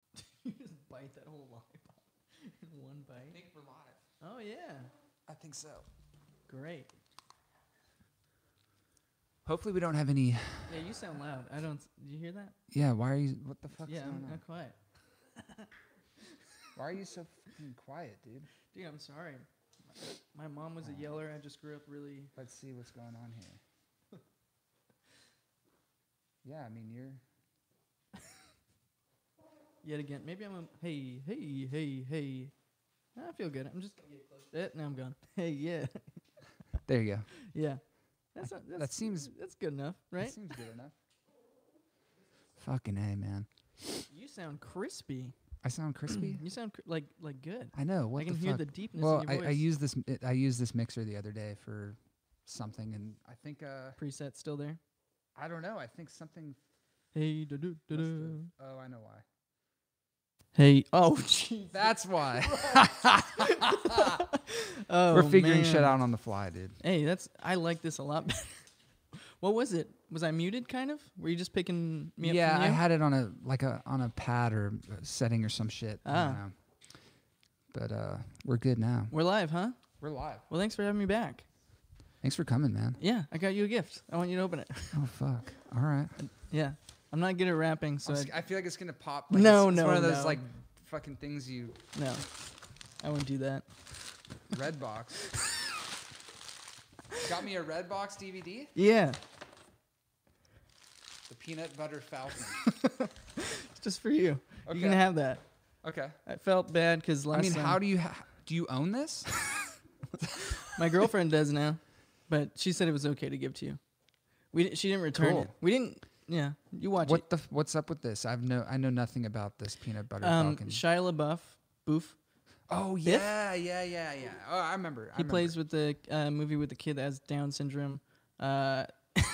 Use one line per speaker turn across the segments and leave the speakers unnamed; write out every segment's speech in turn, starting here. bite that whole lollipop in one
I
bite.
think we're live.
Oh yeah,
I think so.
great.
Hopefully, we don't have any.
Yeah, you sound loud. I don't. Do you hear that?
Yeah, why are you? What the fuck's
yeah, I'm
going on?
not quiet.
Why are you so fucking quiet, dude?
Dude, I'm sorry. My mom was a yeller. I just grew up really.
Let's see what's going on here. Yeah, I mean you're.
Yet again, maybe I'm a hey, hey, hey, hey. I feel good. I'm just gonna get close. Eh, now I'm gone. Hey, yeah,
There you go.
yeah. That's, not, that's
that seems-
that's good enough,
That
right?
seems good enough. Fucking a, man.
You sound crispy.
I sound crispy.
You sound cr- like like good.
I know. What
I can
the
hear
fuck?
the deepness.
Well,
in your
I,
voice.
I used this. I used this mixer the other day for something, and I think uh,
preset still there.
I don't know. I think something.
Hey, da do da
must
do.
have- Oh, I know why.
Hey, oh, jeez.
That's why.
Oh,
We're figuring shit
man.
out on the fly, dude.
Hey, that's I like this a lot better. what was it? Was I muted? Kind of. Were you just picking me up?
yeah,
from
I
you?
had it on a like a on a pad or a setting or some shit. I don't
Ah.
know. But uh, we're good now.
We're live, huh?
We're live.
Well, thanks for having me back.
Thanks for coming, man.
Yeah, I got you a gift. I want you to open it.
Oh fuck. All right.
yeah, I'm not good at rapping, so I,
I feel like it's gonna pop.
like, No, it's- it's no, one of those, no. like,
fucking things you
no, I wouldn't do that.
red box. Got me a red box DVD.
Yeah,
The peanut butter falcon.
it's just for you.
Okay.
You can have that.
okay.
I felt bad because last
I mean,
time
how do you ha- do you own this?
my girlfriend does now, but she said it was okay to give to you. We di- she didn't return it.
Cool.
We didn't. Yeah, you watch it.
what the f- what's up with this? I've no I know nothing about this peanut butter
Um,
falcon.
Shia LaBeouf, Boof.
oh yeah, yeah, yeah, yeah. Oh, I remember. I
He
remember.
plays with the uh, movie with the kid that has Down syndrome. Uh,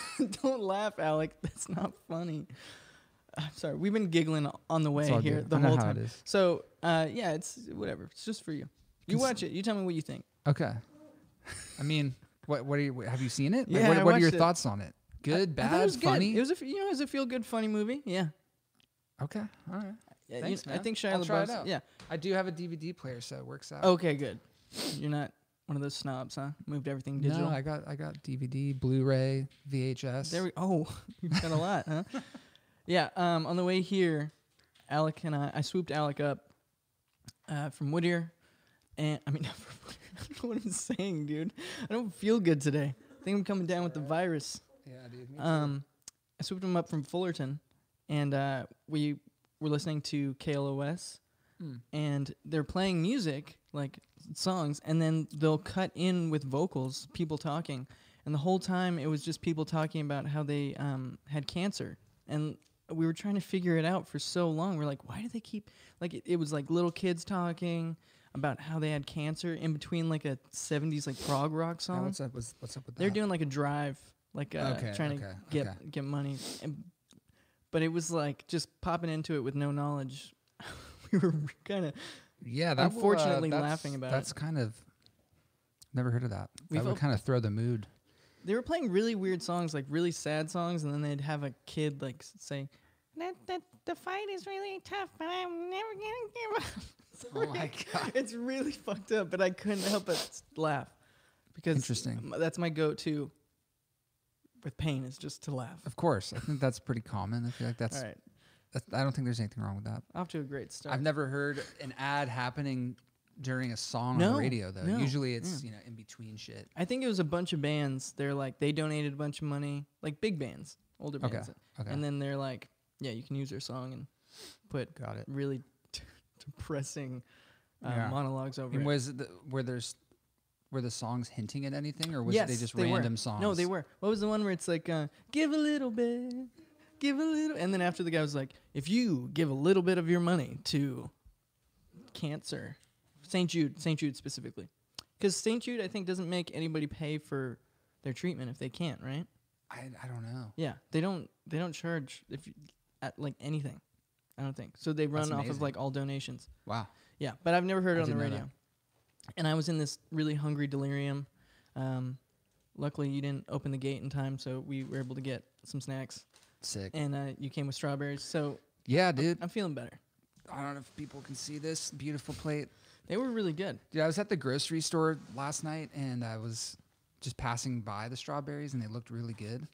don't laugh, Alec. That's not funny. I'm sorry. We've been giggling on the way
all
here
good.
the
I know
whole
how it
time.
is.
So uh, yeah, it's whatever. It's just for you. You
Cons-
watch it. You tell me what you think.
Okay. I mean, what what are you, have you seen it? Like,
Yeah,
what
I
what are your
watched it.
thoughts on it? Good,
I thought
bad,
it was good.
funny.
It was a f- you know it was a feel good funny movie. Yeah.
okay. All right.
Yeah, you-
Thanks,
I
man.
think Shia
I'll try it
LaBeouf.
out. Uh,
Yeah.
I do have a DVD player, so it works out.
Okay. Good. You're not one of those snobs, huh? Moved everything digital.
No, I got I got DVD, Blu-ray, VHS.
There we oh, you've got a lot, huh? Yeah. Um, on the way here, Alec and I, I swooped Alec up uh, from Whittier, and I mean, from Whittier, I don't know what I'm saying, dude. I don't feel good today. I think I'm coming down with the virus.
yeah, dude. me too.
Um, I swooped him up from Fullerton, and uh, we were listening to KLOS,
Hmm.
and they're playing music like songs, and then they'll cut in with vocals, people talking, and the whole time it was just people talking about how they um, had cancer, and we were trying to figure it out for so long. We're like, why do they keep like it, it was like little kids talking about how they had cancer in between like a 70s like prog rock
Now,
song
what's up? What's, what's up with that?
they're doing like a drive, like uh,
Uh-huh. Okay,
trying to
okay,
get
okay.
get money. And, but it was like just popping into it with no knowledge. we were kind of
yeah, that will, uh,
unfortunately
that's-
laughing about it.
That's kind of never heard of that.
We've
that would
op-
kind of throw the mood.
they were playing really weird songs, like really sad songs, and then they'd have a kid like s- say, "That that the fight is really tough, but I'm never gonna give up."
Oh my God.
It's really fucked up, but I couldn't help but s- laugh because
Interesting.
m- That's my go-to with pain is just to laugh.
Of course, I think that's pretty common. I feel like that's,
All right,
that's I don't think there's anything wrong with that.
off to a great start.
I've never heard an ad happening during a song on
No,
the radio though.
no, Mm.
Usually it's you know in between shit.
I think it was a bunch of bands. They're like they donated a bunch of money, like big bands, older
Okay,
bands,
okay.
and then they're like, yeah, you can use their song and put
Got it.
really depressing uh,
Yeah.
monologues over
And
it.
was it the, were there's were the songs hinting at anything or was
yes,
it they just
were.
random songs?
No, they were. What was the one where it's like, uh, give a little bit, give a little, and then after the guy was like, if you give a little bit of your money to cancer, St. Jude, St. Jude specifically, because St. Jude I think doesn't make anybody pay for their treatment if they can't, right?
I, I don't know.
Yeah, they don't they don't charge if you, at like anything. I don't think so. They run off of
amazing.
like all donations.
Wow.
Yeah, but I've never heard it
I
on the
didn't know
radio. And I was in this really hungry delirium. Um, luckily, you didn't open the gate in time, so we were able to get some snacks.
Sick.
And uh, you came with strawberries, so
yeah, dude.
I'm feeling better.
I don't know if people can see this beautiful plate.
They were really good.
Dude, I was at the grocery store last night and I was just passing by the strawberries and they looked really good.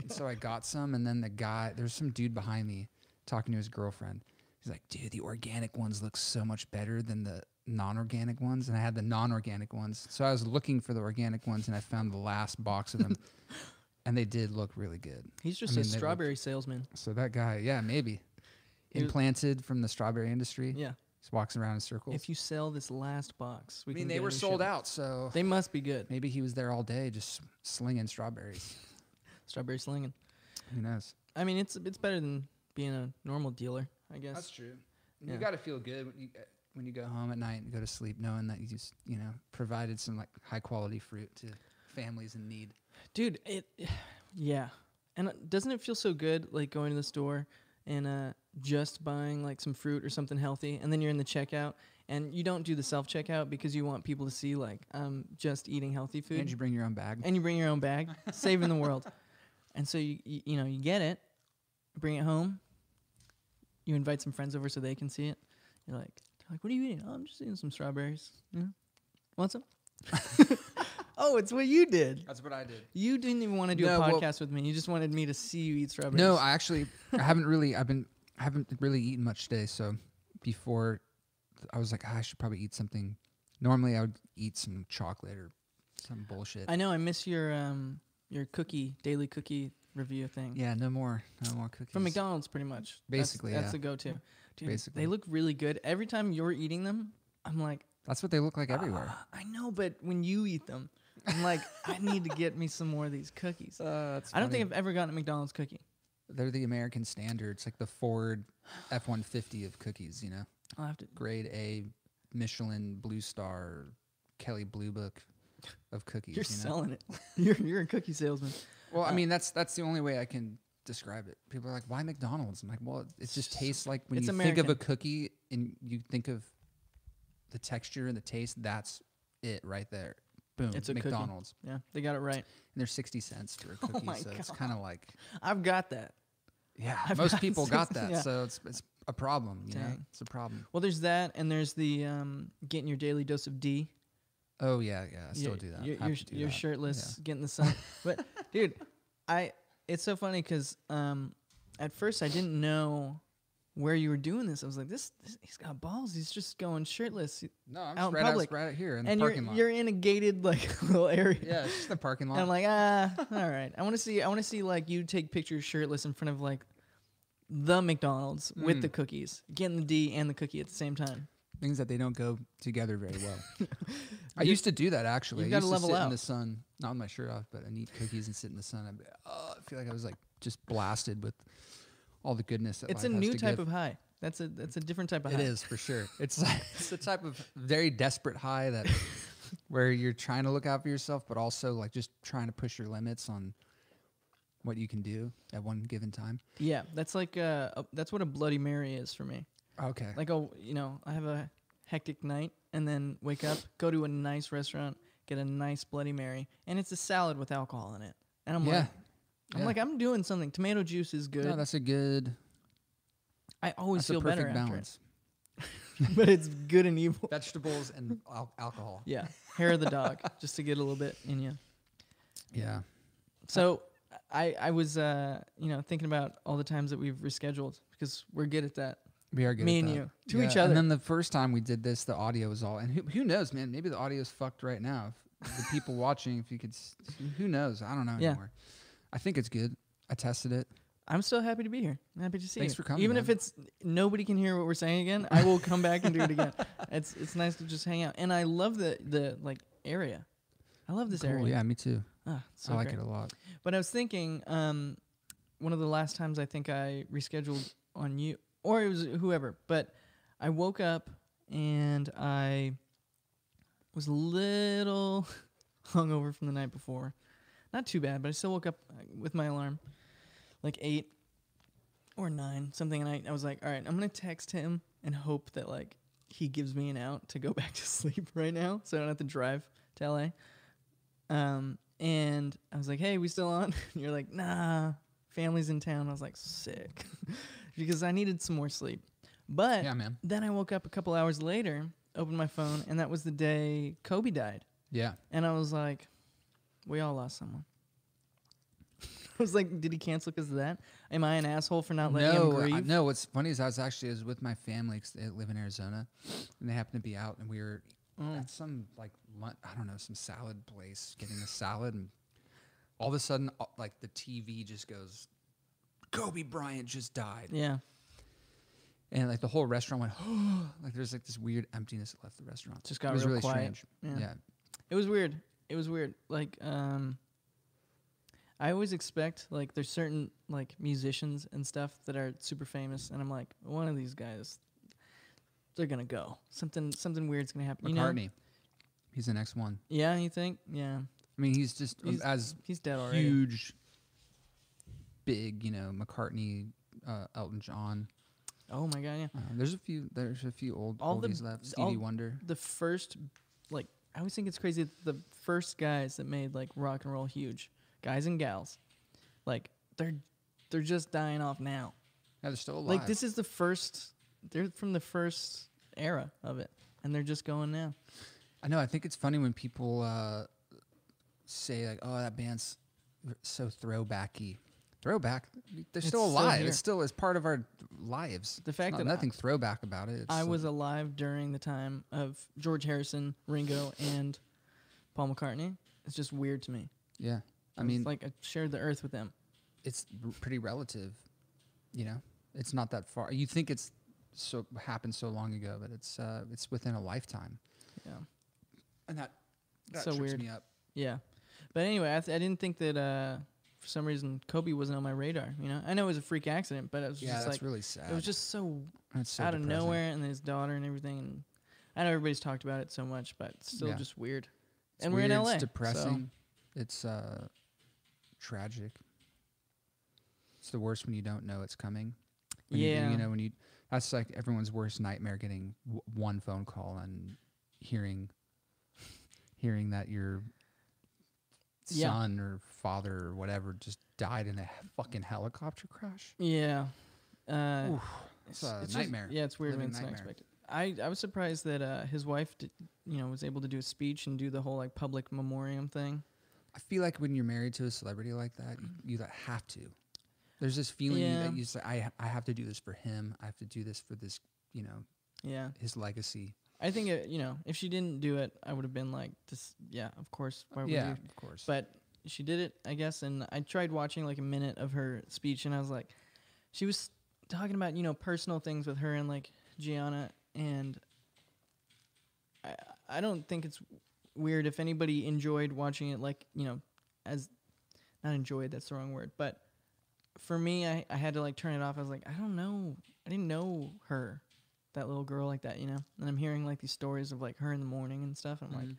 And so I got some and then the guy, there's some dude behind me talking to his girlfriend. He's like, dude, the organic ones look so much better than the non organic ones. And I had the non organic ones. So I was looking for the organic ones and I found the last box of them. and they did look really good.
He's just
mean,
a
they look-
strawberry salesman.
So that guy, yeah, maybe
He was-
implanted from the strawberry industry.
Yeah.
Just walks around in circles.
If you sell this last box, we
I mean,
can
they
get a
were
new
sold
shipment.
out, so
They must be good.
maybe he was there all day just slinging strawberries.
Strawberry slinging.
Who knows?
I mean, it's it's better than being a normal dealer, I guess.
true.
Yeah.
You got to feel good when you uh, when you go home at night and go to sleep, knowing that you just you know provided some like high quality fruit to families in need.
dude it yeah and uh, doesn't it feel so good like going to the store and uh just buying like some fruit or something healthy and then you're in the checkout and you don't do the self checkout because you want people to see like um just eating healthy food
And you bring your own bag.
and you bring your own bag saving the world and so you, you you know you get it bring it home you invite some friends over so they can see it you're like they're like what are you eating oh i'm just eating some strawberries yeah want some oh it's what you did
That's what I did.
you didn't even want to do
No,
a
well-
podcast with me. You just wanted me to see you eat strawberries.
No, I actually I haven't really I've been I haven't really eaten much today. So before I was like "Ah, I should probably eat something. Normally I would eat some chocolate or some bullshit.
I know. I miss your um your cookie daily cookie review thing
yeah, no more no more cookies.
from McDonald's, pretty much.
Basically,
that's,
yeah.
that's the go-to. Dude,
Basically.
they look really good. Every time you're eating them, I'm like,
That's what they look like everywhere.
"Ah, I know, but when you eat them, I'm like, I need to get me some more of these cookies.
Uh,
I don't think I've ever gotten a McDonald's cookie.
they're the American standard. It's like the Ford F one fifty of cookies. You know,
I'll have to.
grade A, Michelin Blue Star, Kelly Blue Book of cookies.
You're
you know?
selling it. You're you're a cookie salesman.
Well, I
Uh,
mean that's that's the only way I can describe it. People are like, "Why McDonald's?" I'm like, "Well, it just tastes like when
It's
you think of a cookie and you think of the texture and the taste. That's it right there. Boom.
It's a cookie.
McDonald's,
Yeah, they got it right.
and they're sixty cents for a cookie,
my
so it's kind of like
I've got that.
yeah.
I've
most
got
people got
60
that,
yeah.
so it's it's a problem. You know,
Dang.
it's a problem.
Well, there's that, and there's the um, getting your daily dose of D.
Oh yeah, yeah. I still
you're,
do that.
You're,
Have
you're,
to do
you're
that.
shirtless, getting the sun. but dude, I it's so funny because um, at first I didn't know where you were doing this. I was like, this, this he's got balls. He's just going shirtless,
No,
out
I'm just
in
right, out-
public.
right out here in
and
the
you're
parking lot.
you're in a gated like little area.
yeah, it's just the parking lot.
And I'm like, ah, all right. I want to see. I want to see like you take pictures shirtless in front of like the McDonald's with
Hmm.
the cookies, getting the D and the cookie at the same time.
things that they don't go together very well. I used to do that actually.
you've
I
gotta
used
level
to sit in
up.
the sun, not with my shirt off, but I eat cookies and sit in the sun. I'd be, oh, I feel like I was like just blasted with all the goodness. That
It's a
life has
new
to
type of
give.
high. That's a that's a different type of
It
high.
is for sure. It's it's a type of very desperate high that where you're trying to look out for yourself, but also like just trying to push your limits on what you can do at one given time.
Yeah, that's like uh, a, that's what a Bloody Mary is for me.
Okay.
Like a you know, I have a hectic night and then wake up, go to a nice restaurant, get a nice Bloody Mary, and it's a salad with alcohol in it. And I'm
yeah.
like, I'm
Yeah.
like, I'm doing something. Tomato juice is good.
No, that's a good.
I always
That's a
feel better
perfect
after it.
balance.
but it's good and evil.
Vegetables and al- alcohol.
Yeah, hair of the dog, just to get a little bit in you.
Yeah.
So I I was uh you know thinking about all the times that we've rescheduled because we're good at that.
We are good.
Me
at
and
that.
you. To each other.
And then the first time we did this, the audio was all. And who, who knows, man? Maybe the audio's fucked right now. If the people watching, if you could, s- who knows? I don't know
Yeah.
anymore. I think it's good. I tested it.
I'm still happy to be here. I'm happy to see
Thanks
you.
for coming,
Even
man.
if it's nobody can hear what we're saying again, I will come back and do it again. It's it's nice to just hang out, and I love the the like area. I love this
Cool.
area.
Yeah, me too.
Ah, it's so
I like
great.
it a lot.
But I was thinking, um, one of the last times I think I rescheduled on you, or it was whoever, but I woke up and I was a little hungover from the night before. Not too bad, but I still woke up uh, with my alarm, like eight or nine, something. And I, I was like, all right, I'm going to text him and hope that, like, he gives me an out to go back to sleep right now so I don't have to drive to LA. Um, and I was like, "Hey, we still on?" And you're like, "Nah, family's in town." I was like, "Sick," because I needed some more sleep. But
Yeah, man.
then I woke up a couple hours later, opened my phone, and that was the day Kobe died.
Yeah.
And I was like, we all lost someone. I was like, did he cancel because of that? Am I an asshole for not letting him
No,
grieve?
I, no. What's funny is I was actually I was with my family 'cause they live in Arizona, and they happened to be out, and we were
Mm.
at some like lun- I don't know some salad place getting a salad, and all of a sudden uh, like the TV just goes, Kobe Bryant just died,
Yeah.
and like the whole restaurant went like there's like this weird emptiness that left the restaurant.
Just got
it was
real
really
quiet.
strange.
Yeah.
yeah.
It was weird. It was weird. Like, um, I always expect like there's certain like musicians and stuff that are super famous, and I'm like, one of these guys, they're gonna go. Something something weird's gonna happen. You know?
McCartney, he's the next one.
Yeah, you think? Yeah,
I mean, he's just um,
He's
as
he's dead already.
huge, big, you know, McCartney, uh, Elton John.
Oh my god, yeah.
Uh, there's a few. There's a few old
All the
oldies left.
b-
Stevie
all-
Wonder.
The first, like, I always think it's crazy. that The first guys that made like rock and roll huge, guys and gals, like they're they're just dying off now.
Yeah, they're still alive.
Like this is the first. They're from the first era of it, and they're just going now.
I know. I think it's funny when people uh, say like, "Oh, that band's r- so throwbacky." Throwback. They're
It's
still
still
alive.
here.
it's still as part of our lives.
The fact
Not-
that I-
nothing throwback about it. It's
I
like-
was alive during the time of George Harrison, Ringo, and Paul McCartney. It's just weird to me.
Yeah. I
It's
mean,
like I shared the earth with them.
it's r- pretty relative. You know, it's not that far. You think it's so happened so long ago, but it's uh, it's within a lifetime,
Yeah.
and that that
So
trips
weird.
me up.
Yeah. But anyway, I, th- I didn't think that uh, for some reason Kobe wasn't on my radar. You know, I know it was a freak accident, but it was
Yeah,
just
that's
like
really sad.
it was just so,
That's so
out of
depressing.
nowhere, and his daughter and everything. And I know everybody's talked about it so much, but it's still
Yeah.
just weird.
It's
and we're in
weird,
LA.
It's
so-
depressing. It's uh, tragic. It's the worst when you don't know it's coming. When you-
Yeah.
You, know when you that's like everyone's worst nightmare getting w- one phone call and hearing hearing that your
Yeah.
son or father or whatever just died in a he- fucking helicopter crash.
Yeah. Uh,
Oof, it's a
just-
nightmare.
yeah, it's weird when
Living
it's not
nightmare.
expected. I, I was surprised that uh, his wife, did, you know, was able to do a speech and do the whole like public memoriam thing.
I feel like when you're married to a celebrity like that, you, you like, have to. There's this feeling
Yeah.
that you say, I, I have to do this for him. I have to do this for this, you know,
Yeah,
his legacy.
I think it, you know if she didn't do it, I would have been like, this. Yeah, of course. Why would
yeah,
you?
of course.
But she did it, I guess. And I tried watching like a minute of her speech, and I was like, she was talking about you know personal things with her and like Gianna, and I I don't think it's weird if anybody enjoyed watching it like you know as not enjoyed that's the wrong word but for me I, I had to like turn it off i was like i don't know i didn't know her that little girl like that you know and i'm hearing like these stories of like her in the morning and stuff and i'm like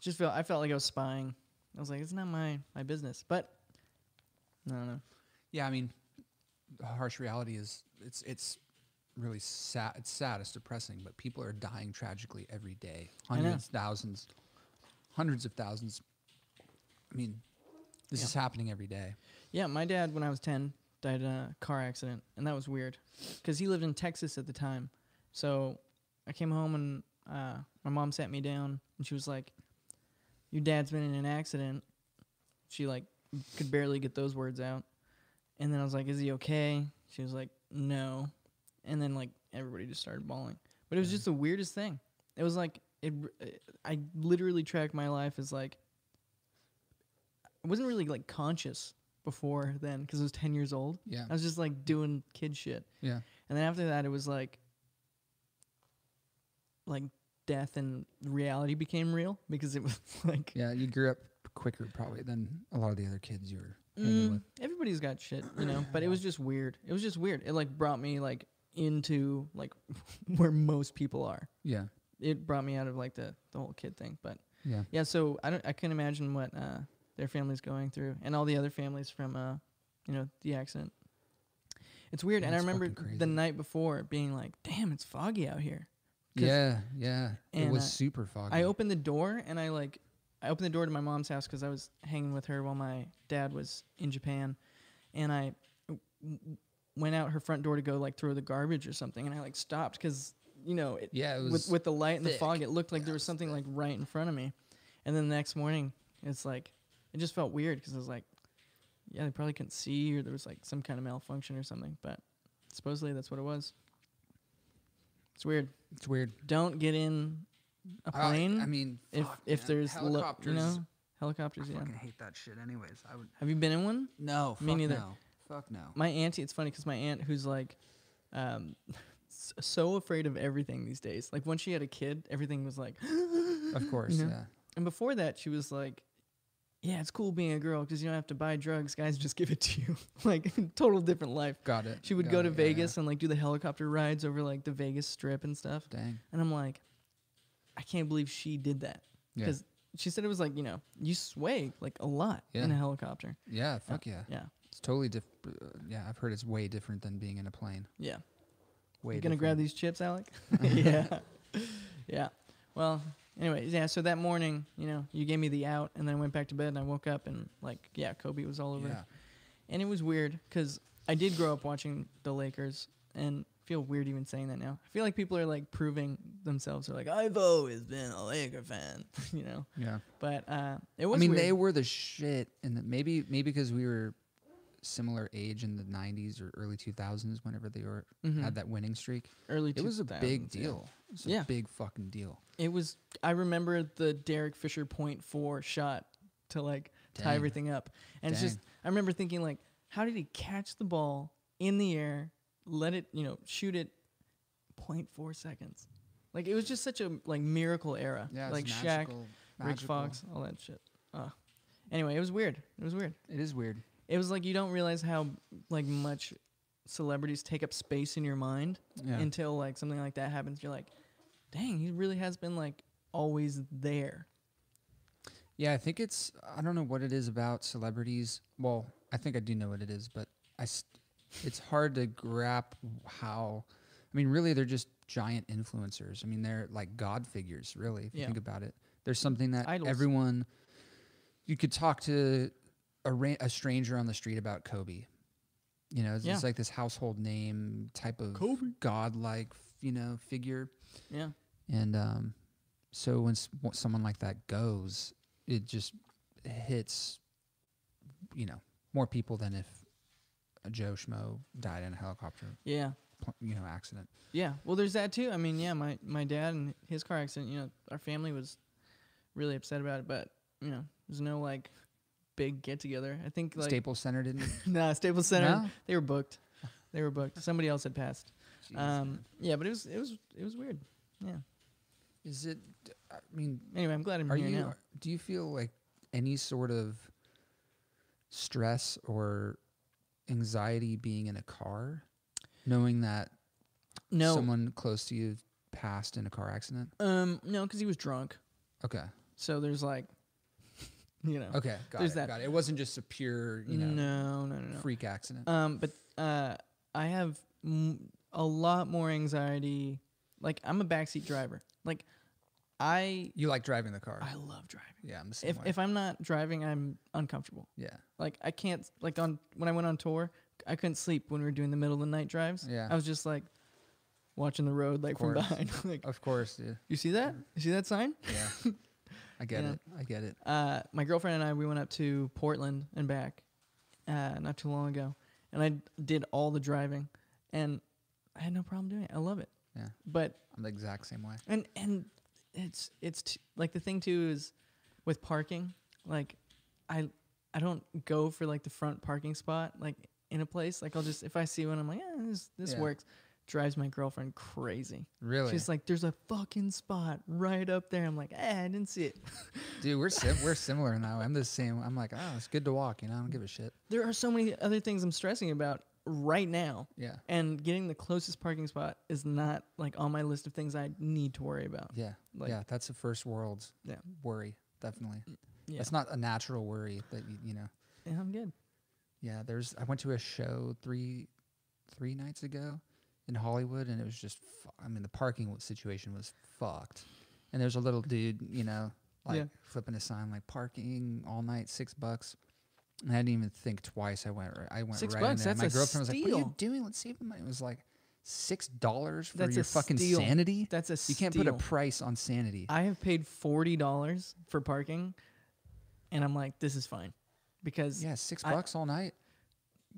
just feel i felt like i was spying i was like it's not my my business but i don't know
yeah, I mean, the harsh reality is it's it's really sad. It's sad. It's depressing. But people are dying tragically every day.
I know.
Hundreds, thousands, hundreds of thousands. I mean, this
Yeah.
is happening every day.
Yeah, my dad, when I was 10, died in a car accident, and that was weird because he lived in Texas at the time. So I came home, and uh, my mom sat me down, and she was like, Your dad's been in an accident. She, like, could barely get those words out. And then I was like, Is he okay? She was like, No. And then, like, everybody just started bawling. But it was
Yeah.
just the weirdest thing. It was like, it, I literally tracked my life as like, I wasn't really like conscious before then because I was 10 years old.
Yeah.
I was just like doing kid shit.
Yeah.
And then after that, it was like, like death and reality became real because it was like,
Yeah. You grew up quicker probably than a lot of the other kids you were hanging
mm,
with.
everybody's got shit, you know? But it was just weird. It was just weird. It like brought me like into like where most people are.
Yeah.
It brought me out of like the, the whole kid thing. But
Yeah.
yeah, so I don't, I couldn't imagine what uh, their family's going through, and all the other families from, uh, you know, the accident. It's weird,
Yeah,
and I
it's
remember
fucking crazy.
the night before being like, "Damn, it's foggy out here." 'Cause
Yeah, yeah. It
and,
was
uh,
super foggy.
I opened the door, and I like, I opened the door to my mom's house because I was hanging with her while my dad was in Japan, and I w- w- went out her front door to go like throw the garbage or something, and I like stopped because you know it,
Yeah, it
with
was-
with the light and the
thick.
fog, it looked like there was something like right in front of me, and then the next morning it's like it just felt weird because I was like, yeah, they probably couldn't see or there was like some kind of malfunction or something, but supposedly that's what it was. It's weird.
It's weird.
Don't get in a
I-
plane
I, mean,
if
fuck,
if
man.
there's lo-
helicopters.
you know helicopters. Yeah.
I fucking hate that shit. Anyways, I would
Have you been in one?
no.
Me
fuck
neither.
No. Fuck no.
my auntie it's funny because my aunt who's like um s- so afraid of everything these days like when she had a kid everything was like
Of course.
You know?
Yeah.
and before that she was like yeah it's cool being a girl because you don't have to buy drugs guys just give it to you like total different life
Got it.
she would
got
go
it,
to
yeah,
vegas and like do the helicopter rides over like the vegas strip and stuff
Yeah. Dang.
and i'm like i can't believe she did that
Yeah.
because she said it was like you know you sway like a lot in
Yeah.
a helicopter
Yeah. Fuck yeah.
yeah
It's totally different. yeah, I've heard it's way different than being in a plane.
yeah
Way.
you gonna grab
different.
these chips, Alec? yeah, yeah. Well, anyway, yeah. So that morning, you know, you gave me the out, and then I went back to bed, and I woke up, and like, yeah, Kobe was all over,
Yeah.
and it was weird because I did grow up watching the Lakers, and I feel weird even saying that now. I feel like people are like proving themselves. They're like, I've always been a Laker fan, you know.
Yeah.
But uh, it
I
was.
mean,
weird.
they were the shit, and the, maybe maybe because we were similar age in the '90s or early 2000s, whenever they were
Mhm.
had that winning streak.
early.
It was a
2000s,
big
yeah.
deal. It was a
Yeah.
big fucking deal.
It was. I remember the Derek Fisher point four shot to like tie
Dang.
everything up, and it's just.
Dang.
I remember thinking like, how did he catch the ball in the air, let it, you know, shoot it, 0.4 seconds, like it was just such a like miracle era,
Yeah, it's
like
magical,
Shaq, Rick
magical.
Fox, all that shit. Uh, anyway, it was weird. It was weird.
It is weird.
It was like you don't realize how like much celebrities take up space in your mind
Yeah.
until like something like that happens. You're like, dang, he really has been like always there.
Yeah, I think it's I don't know what it is about celebrities. Well, I think I do know what it is, but I s- it's hard to grasp how I mean, really they're just giant influencers. I mean, they're like god figures, really, if you
Yeah.
think about it. There's something that
Idols.
everyone you could talk to a, ra- a stranger on the street about Kobe. You know, it's,
Yeah.
it's like this household name type of
Kobe.
godlike, you know, figure.
Yeah.
And um, so when s- when someone like that goes, it just hits, you know, more people than if a Joe Schmo died in a helicopter,
Yeah.
pl- you know, accident.
Yeah. Well, there's that too. I mean, yeah, my, my dad and his car accident, you know, our family was really upset about it, but, you know, there's no like big get together. I think like,
Staples Center didn't.
nah, Staples Center,
No?
they were booked. They were booked. Somebody else had passed.
Jeez,
Um,
man.
yeah, but it was, it was, it was weird. Yeah.
is it? I mean,
Anyway, I'm glad I'm
are
here
you?
now.
Do you feel like any sort of stress or anxiety being in a car, knowing that
No,
someone close to you passed in a car accident?
um, no, cause he was drunk.
Okay.
So there's like, you know,
Okay, got
There's
it.
that.
Got it. It wasn't just a pure, you know,
no, no, no, no.
freak accident.
Um, but uh, I have m- a lot more anxiety. Like I'm a backseat driver. Like I
you like driving the car.
I love driving.
yeah, I'm the same
If
way.
if I'm not driving, I'm uncomfortable.
yeah,
Like I can't like on when I went on tour, I couldn't sleep when we were doing the middle of the night drives.
Yeah.
I was just like watching the road like from
course. Oh.
behind. like
of course, dude.
you see that? You see that sign?
Yeah, I get
Yeah.
it. I get it.
uh, my girlfriend and I we went up to Portland and back uh, not too long ago, and I did all the driving, and I had no problem doing it. I love it.
Yeah.
But
I'm the exact same way.
and and it's it's t- like the thing too is with parking. Like I I don't go for like the front parking spot like in a place. Like I'll just if I see one, I'm like, yeah, this this
Yeah.
works. Drives my girlfriend crazy.
Really,
She's like, "There's a fucking spot right up there." I'm like, "Ah, I didn't see it."
dude. We're sim- we're similar in that way. I'm the same. I'm like, oh, it's good to walk. You know, I don't give a shit.
there are so many other things I'm stressing about right now.
Yeah,
And getting the closest parking spot is not like on my list of things I need to worry about.
yeah,
Like-
yeah. That's a first world
Yeah. Mm,
worry, definitely.
Yeah.
That's not a natural worry that you, you know.
Yeah, I'm good.
Yeah, there's. I went to a show three, three nights ago, in Hollywood, and it was just. Fu- I mean, the parking w- situation was fucked, and there's a little dude, you know, like
Yeah.
flipping a sign like parking all night, six bucks. And I didn't even think twice. I went. Right, I went
Six
right
bucks,
in there.
that's a
My girlfriend was like, "What are
steal."
you doing? Let's save the money." It was like six dollars for
That's
your
a
fucking
steal.
sanity.
That's a
You can't put a
steal.
price on sanity.
I have paid forty dollars for parking, and I'm like, this is fine, because
yeah, six
I-
bucks all night.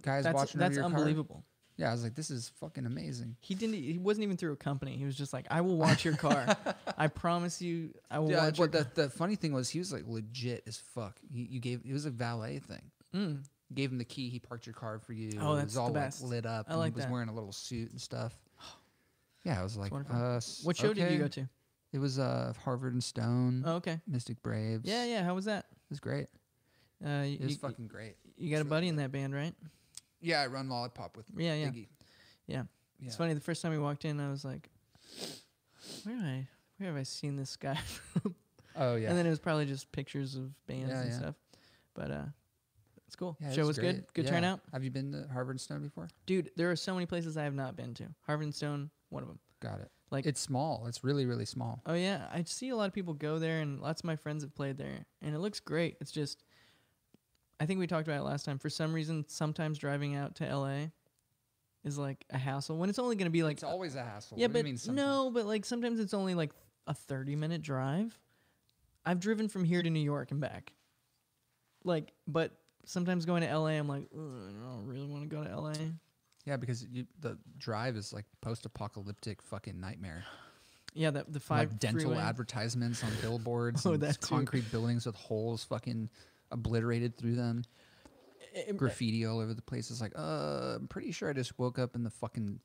Guys
that's
watching over
that's
your car.
unbelievable.
Yeah, I was like, this is fucking amazing.
He didn't. He wasn't even through a company. He was just like, "I will watch your car. I promise you, I will
Yeah,
watch your
but the, the funny thing was, he was like legit as fuck. You, you gave it was a valet thing.
Mm.
Gave him the key. He parked your car for you.
Oh,
it
that's
was
the
all
best.
Like, lit up.
I
and
like
he was
that.
wearing a little suit and stuff. Yeah, I was like,
wonderful.
uh, s-
What show did you go
okay.
to?
It was uh, Harvard and Stone,
Oh, okay.
Mystic Braves.
Yeah, yeah. How was that?
It was great.
Uh, you,
It was
you-
fucking great.
you got a buddy in that band, right?
Yeah, I run Lollipop with
Yeah, yeah.
Iggy.
Yeah.
yeah.
It's funny. The first time we walked in, I was like, "Where have I? Where have I seen this guy?"
Oh yeah.
And then it was probably just pictures of bands
Yeah,
and
yeah.
stuff. But uh, it's cool.
Yeah, it
Show was good.
great.
Good
Yeah.
turnout,
Have you been to Harvard and Stone before?
dude. There are so many places I have not been to. Harvard and Stone, one of them.
Got it.
Like-
it's small. It's really really small.
Oh yeah, I see a lot of people go there, and lots of my friends have played there, and it looks great. It's just, I think we talked about it last time. For some reason, sometimes driving out to LA is like a hassle when it's only going to be like
It's always a hassle.
Uh, yeah,
What do
but
you mean sometimes?
no, but like sometimes it's only like a thirty-minute drive. I've driven from here to New York and back, like, but sometimes going to LA, I'm like, "Ugh, I don't really want to go to LA.
Yeah, because you, the drive is like post-apocalyptic fucking nightmare.
Yeah, that the five
like dental
freeway.
advertisements on billboards,
Oh,
and
that too.
concrete buildings with holes fucking obliterated through them,
It- it-
graffiti all over the place. It's like, uh, I'm pretty sure I just woke up in the fucking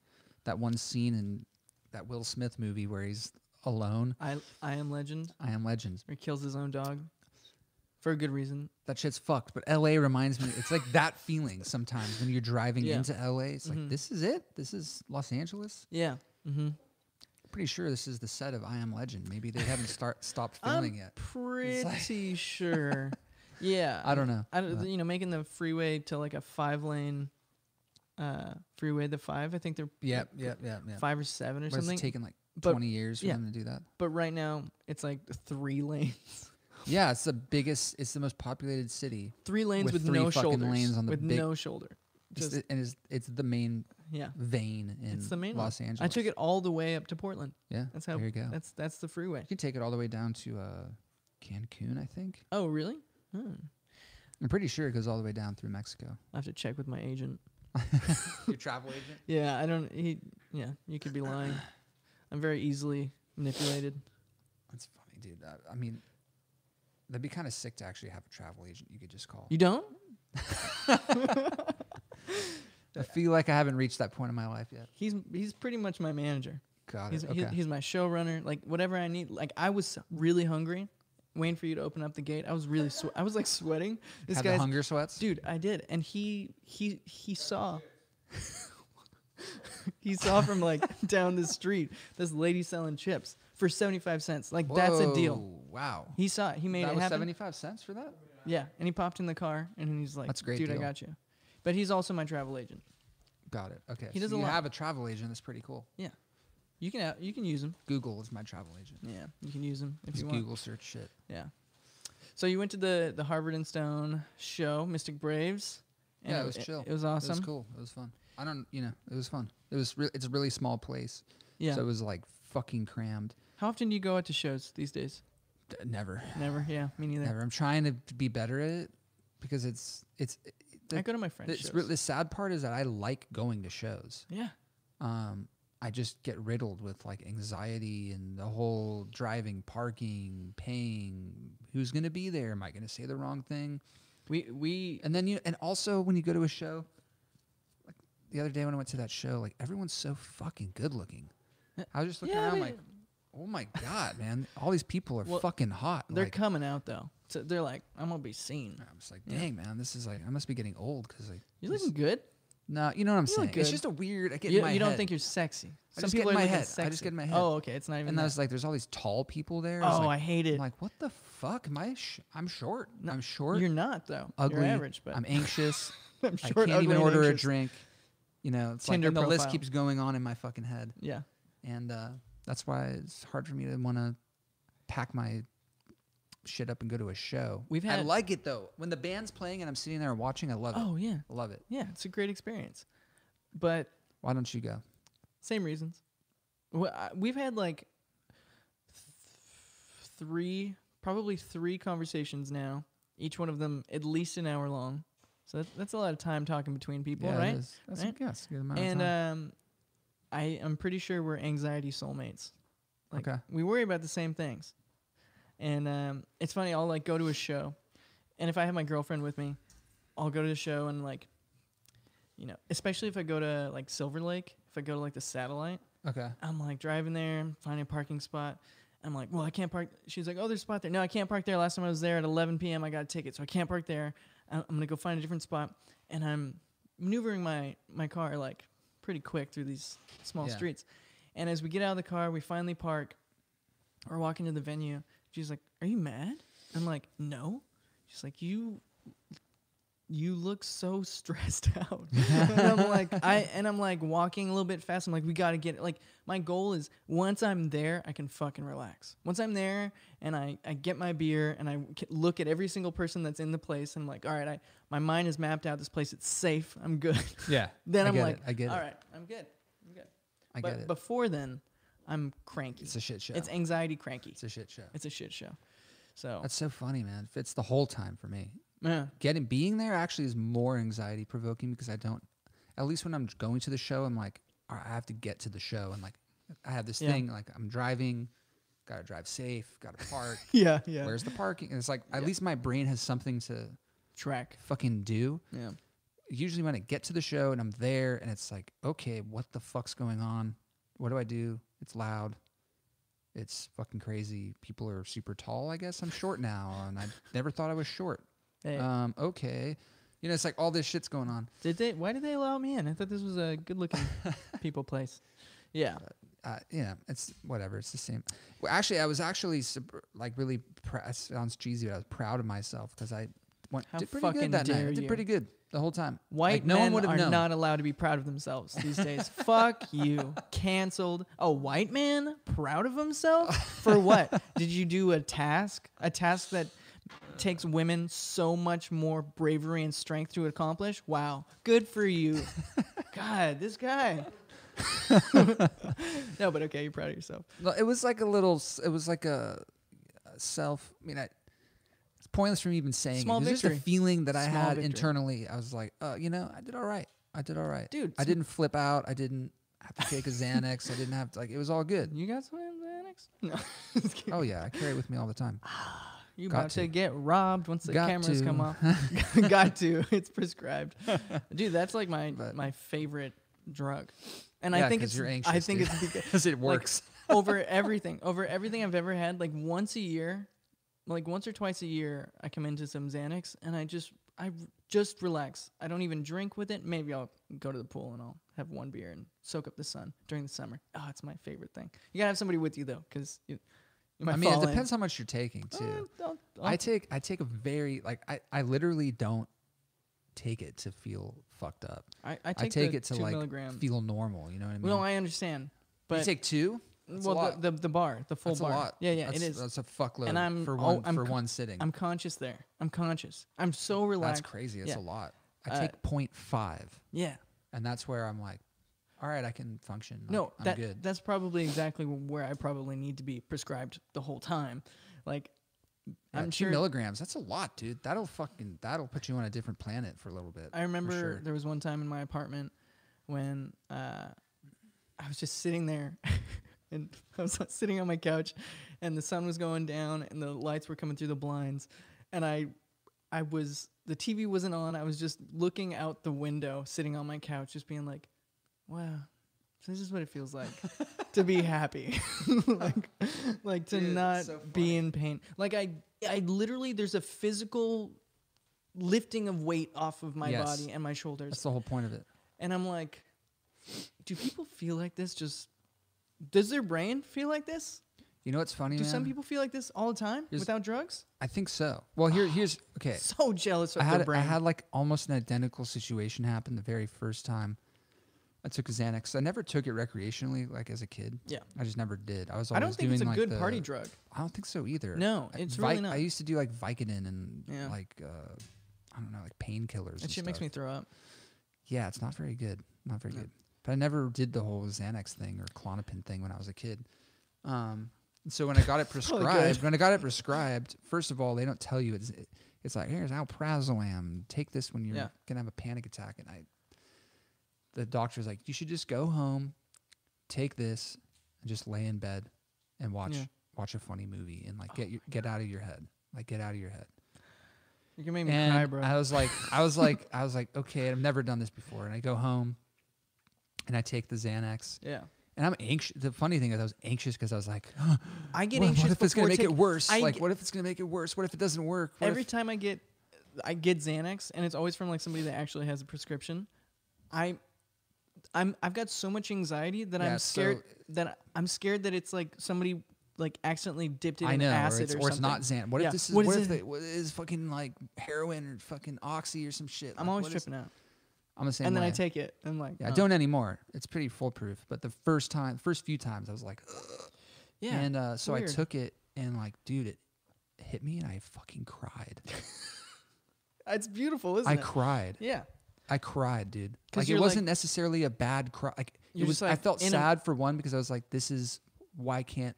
that one scene in that Will Smith movie where he's alone.
I I am Legend.
I am Legend.
Or he kills his own dog. For a good reason.
That shit's fucked. But L.A. reminds me, it's like that feeling sometimes when you're driving
Yeah. Mm-hmm.
into L.A. It's like, this is it. This is Los Angeles.
Yeah. Mm-hmm.
pretty sure this is the set of I Am Legend. Maybe they haven't start stopped filming
I'm
yet.
pretty sure. Yeah.
I don't know. Uh.
I don't, you know, making the freeway to like a five lane uh freeway the five, I think they're
Yep, yep, yep, yep.
five or seven or
But
something.
It's taken like
but-
20 years for
yeah.
them to do that.
but right now it's like three lanes.
Yeah, it's the biggest. It's the most populated city,
Three lanes with,
With
no
three fucking
shoulders.
lanes on the
with
big-
no shoulder.
It's
Just
the- and it's it's the main
yeah.
vein in
It's the main
Los
one.
Angeles.
I took it all the way up to Portland.
Yeah,
That's how
There you go.
that's that's the freeway.
you can take it all the way down to uh, Cancun, I think.
Oh really? Hmm.
I'm pretty sure it goes all the way down through Mexico.
I have to check with my agent.
Your travel agent.
Yeah, I don't. He, yeah, you could be lying. I'm very easily manipulated.
That's funny, dude. I, I mean, that'd be kind of sick to actually have a travel agent you could just call.
You don't?
I feel like I haven't reached that point in my life yet.
He's he's pretty much my manager.
Got
He's
it. Okay.
he's, he's my showrunner. Like whatever I need. Like I was really hungry, waiting for you to open up the gate. I was really swe- I was like sweating. This
Had the
guy's
hunger sweats.
dude. I did, and he he he saw. he saw from like down the street this lady selling chips for 75 cents. Like that's a deal.
Whoa, Wow.
He saw it. He made
that
it
was
happen.
75 cents for that?
Yeah, and he popped in the car and he's like,
That's a great
dude, I
deal.
got you." But he's also my travel agent.
Got it. Okay.
He
He
does a
you
lot.
have a travel agent. That's pretty cool.
Yeah, you can out- you can use him.
Google is my travel agent.
Yeah, you can use him if
Just
you want.
Google search shit.
Yeah. So you went to the the Harvard and Stone show, Mystic Braves. and
yeah, it was chill.
It, was awesome.
It was cool. It was fun. I don't, you know, it was fun. It was re- it's a really small place.
Yeah.
So it was like fucking crammed.
How often do you go out to shows these days?
D- never.
Never. Yeah, me neither.
Never. I'm trying to be better at it because it's it's the,
I go to my friends'
it's
shows.
re- the sad part is that I like going to shows.
yeah.
um, I just get riddled with like anxiety and the whole driving, parking, paying. Who's gonna be there? Am I gonna say the wrong thing?
We we
And then you, and also when you go to a show, like the other day when I went to that show, like everyone's so fucking good looking. I was just looking
Yeah,
around
they-
like, oh my god, man, all these people are
Well,
fucking hot.
they're
Like, Uh,
coming out though. So they're like, I'm gonna be seen.
I'm just like, dang, man, this is like, I must be getting old because like,
You're
this-
looking good.
no, you know what I'm
look
saying? It's
good.
just a weird. I get in
You,
my
you don't
head.
think you're sexy. Some
I just get
people
in
are
my
looking
head. I just
sexy.
get in my head.
Oh, okay. It's not even.
And
that.
I was like, there's all these tall people there.
Oh,
It's like,
I hate it.
I'm like, what the fuck? Am I? Sh- I'm short. I'm short.
You're not though.
ugly.
You're average, but
I'm anxious.
I'm
I
short,
can't
ugly,
even
and
order a
anxious.
drink. You know, it's
Tinder
like and the list
profile.
keeps going on in my fucking head,
yeah.
and uh, that's why it's hard for me to want to pack my shit up and go to a show.
We've
I
had-
like it though. When the band's playing and I'm sitting there watching, I love it.
Oh yeah,
I love it.
yeah, it's a great experience. But
Why don't you go?
same reasons. Wh- I- We've had like th- three, probably three conversations now. Each one of them at least an hour long. So that, that's a lot of time talking between people,
it
right?
is. That's
Right?
a guess. Good amount
And
of time.
um, I I'm pretty sure we're anxiety soulmates. Like
Okay.
we worry about the same things. And um, it's funny. I'll like go to a show, and if I have my girlfriend with me, I'll go to the show and like, you know, especially if I go to like Silver Lake, if I go to like the Satellite,
okay.
I'm like driving there, finding a parking spot. I'm like, well, I can't park. She's like, oh, there's a spot there. No, I can't park there. Last time I was there at 11 p.m., I got a ticket, so I can't park there. I- I'm gonna go find a different spot, and I'm maneuvering my my car like pretty quick through these small
Yeah.
streets. And as we get out of the car, we finally park. We're walking to the venue. She's like, "Are you mad?" I'm like, "No." She's like, "You." You look so stressed out. and I'm like, I and I'm like walking a little bit fast. I'm like, we gotta get it. Like, my goal is once I'm there, I can fucking relax. Once I'm there and I, I get my beer and I c- look at every single person that's in the place and I'm like, all right, I my mind is mapped out. This place, it's safe. I'm good.
Yeah.
then
I
I'm
get
like,
it. I get
all
it.
right, I'm good. I'm good.
I
but
get it.
before then, I'm cranky.
It's a shit show.
It's anxiety cranky.
It's a shit show.
It's a shit show. So
That's so funny, man. It's the whole time for me.
yeah,
Getting being there actually is more anxiety provoking because I don't. At least when I'm going to the show, I'm like, all right, I have to get to the show, and like, I have this
Yeah.
thing like I'm driving, gotta drive safe, gotta park.
yeah, yeah.
Where's the parking? And it's like at least my brain has something to
track?
fucking do.
Yeah,
Usually when I get to the show and I'm there, and it's like, okay, what the fuck's going on? What do I do? It's loud. It's fucking crazy. People are super tall. I guess I'm short now, and I never thought I was short.
Hey,
Um, okay. You know, it's like all this shit's going on.
did they? Why did they allow me in? I thought this was a good-looking people place. Yeah,
Uh, you know, it's whatever. It's the same. Well, actually, I was actually sup- like really. Pr- it sounds cheesy, but I was proud of myself because I went
How
did pretty
fucking
good that night. I
dare
did
you.
pretty good the whole time.
White
Like, no
men
one would have
are
known.
not allowed to be proud of themselves these days. Fuck you. Cancelled. A white man proud of himself for what? Did you do a task? A task that takes women so much more bravery and strength to accomplish? Wow. Good for you. God, this guy. no, but okay, you're proud of yourself.
No, it was like a little. s- It was like a, a self. I mean, I, it's pointless for me even saying.
Small
it. It was just a
victory.
feeling that I
Small
had
victory.
internally. I was like, uh, you know, I did all right. I did all right,
Dude,
I
sm-
didn't flip out. I didn't have to take a Xanax. I didn't have to like. It was all good.
You got some Xanax? No. Just kidding.
Oh yeah, I carry it with me all the time.
You
Got
about to.
to.
get robbed once the
Got
cameras come
to.
off. Got to. It's prescribed. Dude, that's like my
But-
my favorite drug. And I
Yeah,
think
'cause
it's
you're
I
anxious,
think
dude.
it's because
because it
like,
works.
over everything. Over everything I've ever had, like once a year, like once or twice a year, I come into some Xanax and I just I r- just relax. I don't even drink with it. Maybe I'll go to the pool and I'll have one beer and soak up the sun during the summer. Oh, it's my favorite thing. You gotta have somebody with you though, because you, you might.
I mean, it
fall in.
depends how much you're taking
Uh,
too.
don't-
I
I'll-
take I take a very like I I literally don't take it to feel fucked up.
I, I
I
take,
take,
the
it to
two
like
milligram.
feel normal. You know what I mean?
well, I understand, but
you take two. That's a
well,
lot.
the, the the bar, the full
That's
bar,
a lot.
yeah, yeah,
that's,
it is.
That's a fuckload.
And I'm-
for
oh,
one
I'm
for
co-
one sitting.
I'm conscious there. I'm conscious. I'm so relaxed.
that's crazy. That's
yeah.
a lot. I
Uh,
take point five,
Yeah,
and that's where I'm like, all right, I can function. Like,
no,
I'm
that
good.
that's probably exactly where I probably need to be prescribed the whole time. Like, I'm
Yeah, Uh, two
sure.
milligrams. That's a lot, dude. That'll fucking that'll put you on a different planet for a little bit.
I remember
sure.
there was one time in my apartment when uh, I was just sitting there and I was sitting on my couch and the sun was going down and the lights were coming through the blinds and I I was the TV wasn't on. I was just looking out the window sitting on my couch just being like, wow. This is what it feels like to be happy. like like to
Dude, that's
not
so funny.
be in pain. Like I I literally there's a physical lifting of weight off of my
Yes.
body and my shoulders.
That's the whole point of it.
And I'm like, do people feel like this? Just does their brain feel like this?
You know what's funny?
Do
man?
some people feel like this all the time
Here's-
without drugs?
I think so. Well, here, here's okay.
So jealous of
I
their
had I
brain.
had like almost an identical situation happen the very first time I took Xanax. I never took it recreationally, like as a kid.
Yeah.
I just never did. I was. Always
I don't think it's a
doing, like,
good
the-
party drug.
I don't think so either.
No,
I-
it's
Vi-
really not.
I used to do like Vicodin and
Yeah.
like uh, I don't know, like painkillers.
That
and
shit makes me
stuff.
throw up.
Yeah, it's not very good. Not very
No.
good. But I never did the whole Xanax thing or Clonopin thing when I was a kid. Um, so when I got it
Probably good.
prescribed, when I got it prescribed, first of all, they don't tell you it's it's like here's alprazolam. Take this when you're
Yeah.
gonna have a panic attack. And I, the doctor's like, you should just go home, take this, and just lay in bed and watch
Yeah. Oh
watch a funny movie and like get your, get out of your head, like get out of your head.
You can make me
And
cry, bro.
I was like, I was like, I was like, okay, I've never done this before. And I go home and I take the Xanax
yeah.
and I'm anxious. The funny thing is I was anxious because I was like,
I get
what,
anxious
what if it's
before
going to make
take-
it worse?
I
like,
get-
what if it's going to make it worse? What if it doesn't work? What
Every
if,
time I get, I get Xanax, and it's always from like somebody that actually has a prescription. I, I'm I've got so much anxiety that
Yeah,
I'm scared
so-
that I'm scared that it's like somebody like accidentally dipped it
I
in
know, or
acid
it's,
or,
or it's
something.
not Xan. What
Yeah.
if this is,
What
what,
is
if
it?
it what is fucking like heroin or fucking oxy or some shit?
I'm
Like,
always
what is-
tripping out,
I'm the same
and then I
way.
take it. and I'm like,
yeah, I
oh.
don't anymore. It's pretty foolproof. But the first time, first few times I was like,
Yeah,
And uh, so
weird.
I took it and like, dude, it hit me and I fucking cried.
Uh, it's beautiful, isn't
I
it?
cried.
yeah,
I cried, dude.
'Cause
Like
you're,
it
like-
wasn't necessarily a bad cry. Like
You're
it
just,
was. I
like,
felt
in a-
sad for one because I was like, this is why I can't.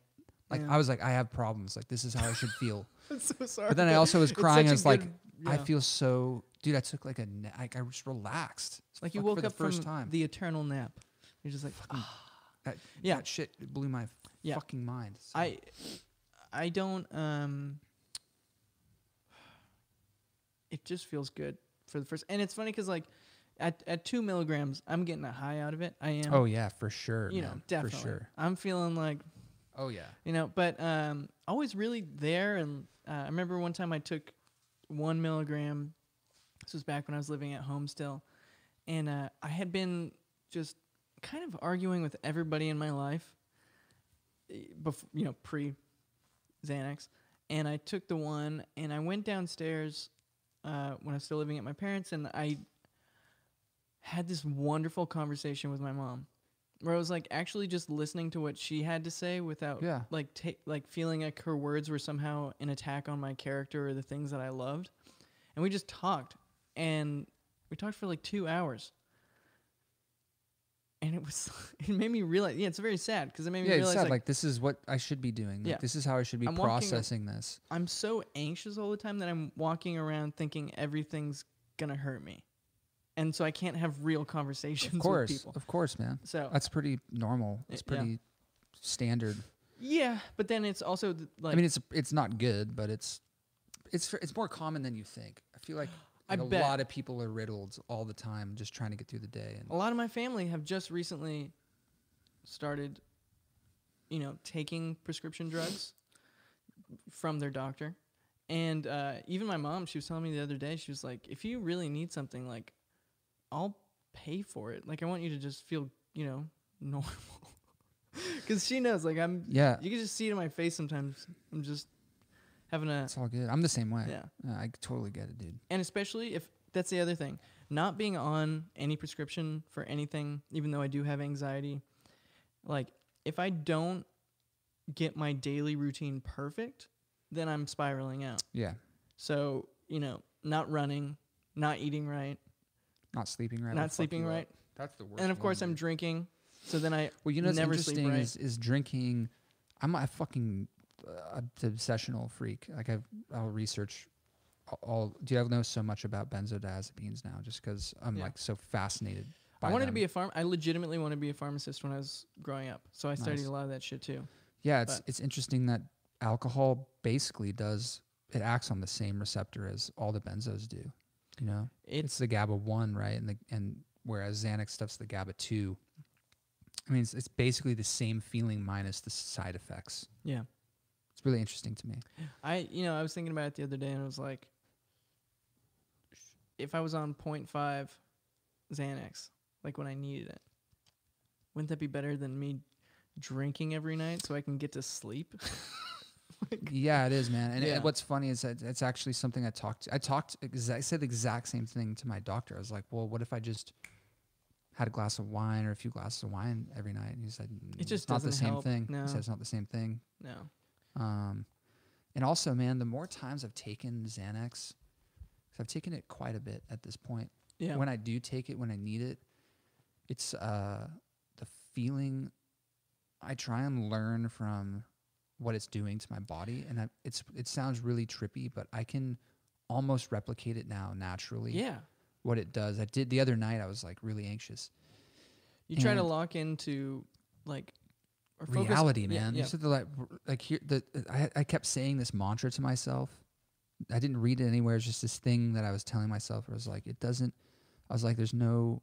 Like
Yeah.
I was like, I have problems. Like this is how I should feel.
I'm so sorry.
but then I also was
it's
crying.
such
I
a
was like,
good-
I
yeah.
feel so, dude. I took like a na- like I just relaxed.
like you
Fuck,
woke
for
up
the first
from
time.
the eternal nap. You're just like, "Ah."
that,
yeah.
that shit blew my
Yeah.
fucking mind. So-
I I don't um it just feels good for the first and it's funny because like at, at two milligrams I'm getting a high out of it. I am
oh yeah, for sure.
you know,
man,
definitely.
for sure.
I'm feeling like
Oh yeah.
you know, but um always really there and uh, I remember one time I took one milligram this was back when I was living at home still, and uh, I had been just kind of arguing with everybody in my life, before you know, pre Xanax, and I took the one, and I went downstairs uh, when I was still living at my parents, and I had this wonderful conversation with my mom, where I was like actually just listening to what she had to say without
Yeah.
like ta- like feeling like her words were somehow an attack on my character or the things that I loved and we just talked and we talked for like two hours and it was it made me realize yeah it's very sad because it made me
Yeah, it's
realize
sad.
like,
Like, this is what I should be doing. Like,
Yeah.
This is how I should be
I'm walking ar-
processing this.
i'm so anxious all the time that i'm walking around thinking everything's gonna hurt me and so i can't have real conversations
Of course,
with people
of course, man.
so
That's pretty normal. It's
Yeah.
pretty standard.
yeah but then it's also th- like
I mean, it's it's not good, but it's it's it's more common than you think. I feel like,
I
like a
bet.
lot of people are riddled all the time, just trying to get through the day.
a
And
lot of my family have just recently started you know taking prescription drugs from their doctor and uh, even my mom she was telling me the other day she was like if you really need something like i'll pay for it like i want you to just feel you know normal because she knows like i'm
yeah,
you can just see it in my face sometimes i'm just having a
it's all good. I'm the same way.
yeah
Yeah, I totally get it, dude.
and especially if that's the other thing, not being on any prescription for anything, even though I do have anxiety, like if I don't get my daily routine perfect, then I'm spiraling out.
Yeah,
So, you know, not running, not eating right,
not sleeping right. will
not
fuck
sleeping
you up.
right.
That's the worst.
And of course,
one,
I'm
dude.
drinking. So then I
Well, you know, what's
never sleep
interesting
right.
is is drinking. I'm a fucking uh, obs- obsessional freak. Like I, I'll research. I'll- I'll do. I know so much about benzodiazepines now, just because I'm
Yeah.
like so fascinated. By
I wanted
them.
to be a farm. I legitimately wanted to be a pharmacist when I was growing up. So I studied
Nice.
a lot of that shit too.
Yeah, it's
But-
it's interesting that alcohol basically does it acts on the same receptor as all the benzos do. You know,
It's,
it's, the GABA one, right? And the and whereas Xanax stuff's the GABA two. I mean, it's, it's basically the same feeling minus the side effects.
yeah.
It's really interesting to me.
I you know I was thinking about it the other day and I was like, if I was on 0.5 Xanax, like when I needed it, wouldn't that be better than me drinking every night so I can get to sleep?
Yeah, it is, man. And it-
Yeah.
what's funny is that it's actually something I talked. I talked. exa- I said the exact same thing to my doctor. I was like, "Well, what if I just had a glass of wine or a few glasses of wine every night. And he said,
It just
it's not the
doesn't
same
help,
thing.
no.
He said, it's not the same thing.
No.
Um, and also, man, the more times I've taken Xanax, 'cause I've taken it quite a bit at this point.
Yeah.
When I do take it, when I need it, it's uh, the feeling. I try and learn from what it's doing to my body, and I, it's it sounds really trippy, but I can almost replicate it now naturally.
yeah.
What it does, I did the other night. I was like really anxious.
You try to
and-
lock into like or focus-
reality,
yeah,
man.
Yeah.
This is the, like, r- like here, the, I, I kept saying this mantra to myself. I didn't read it anywhere. It's just this thing that I was telling myself. Where I was like, it doesn't. I was like, there's no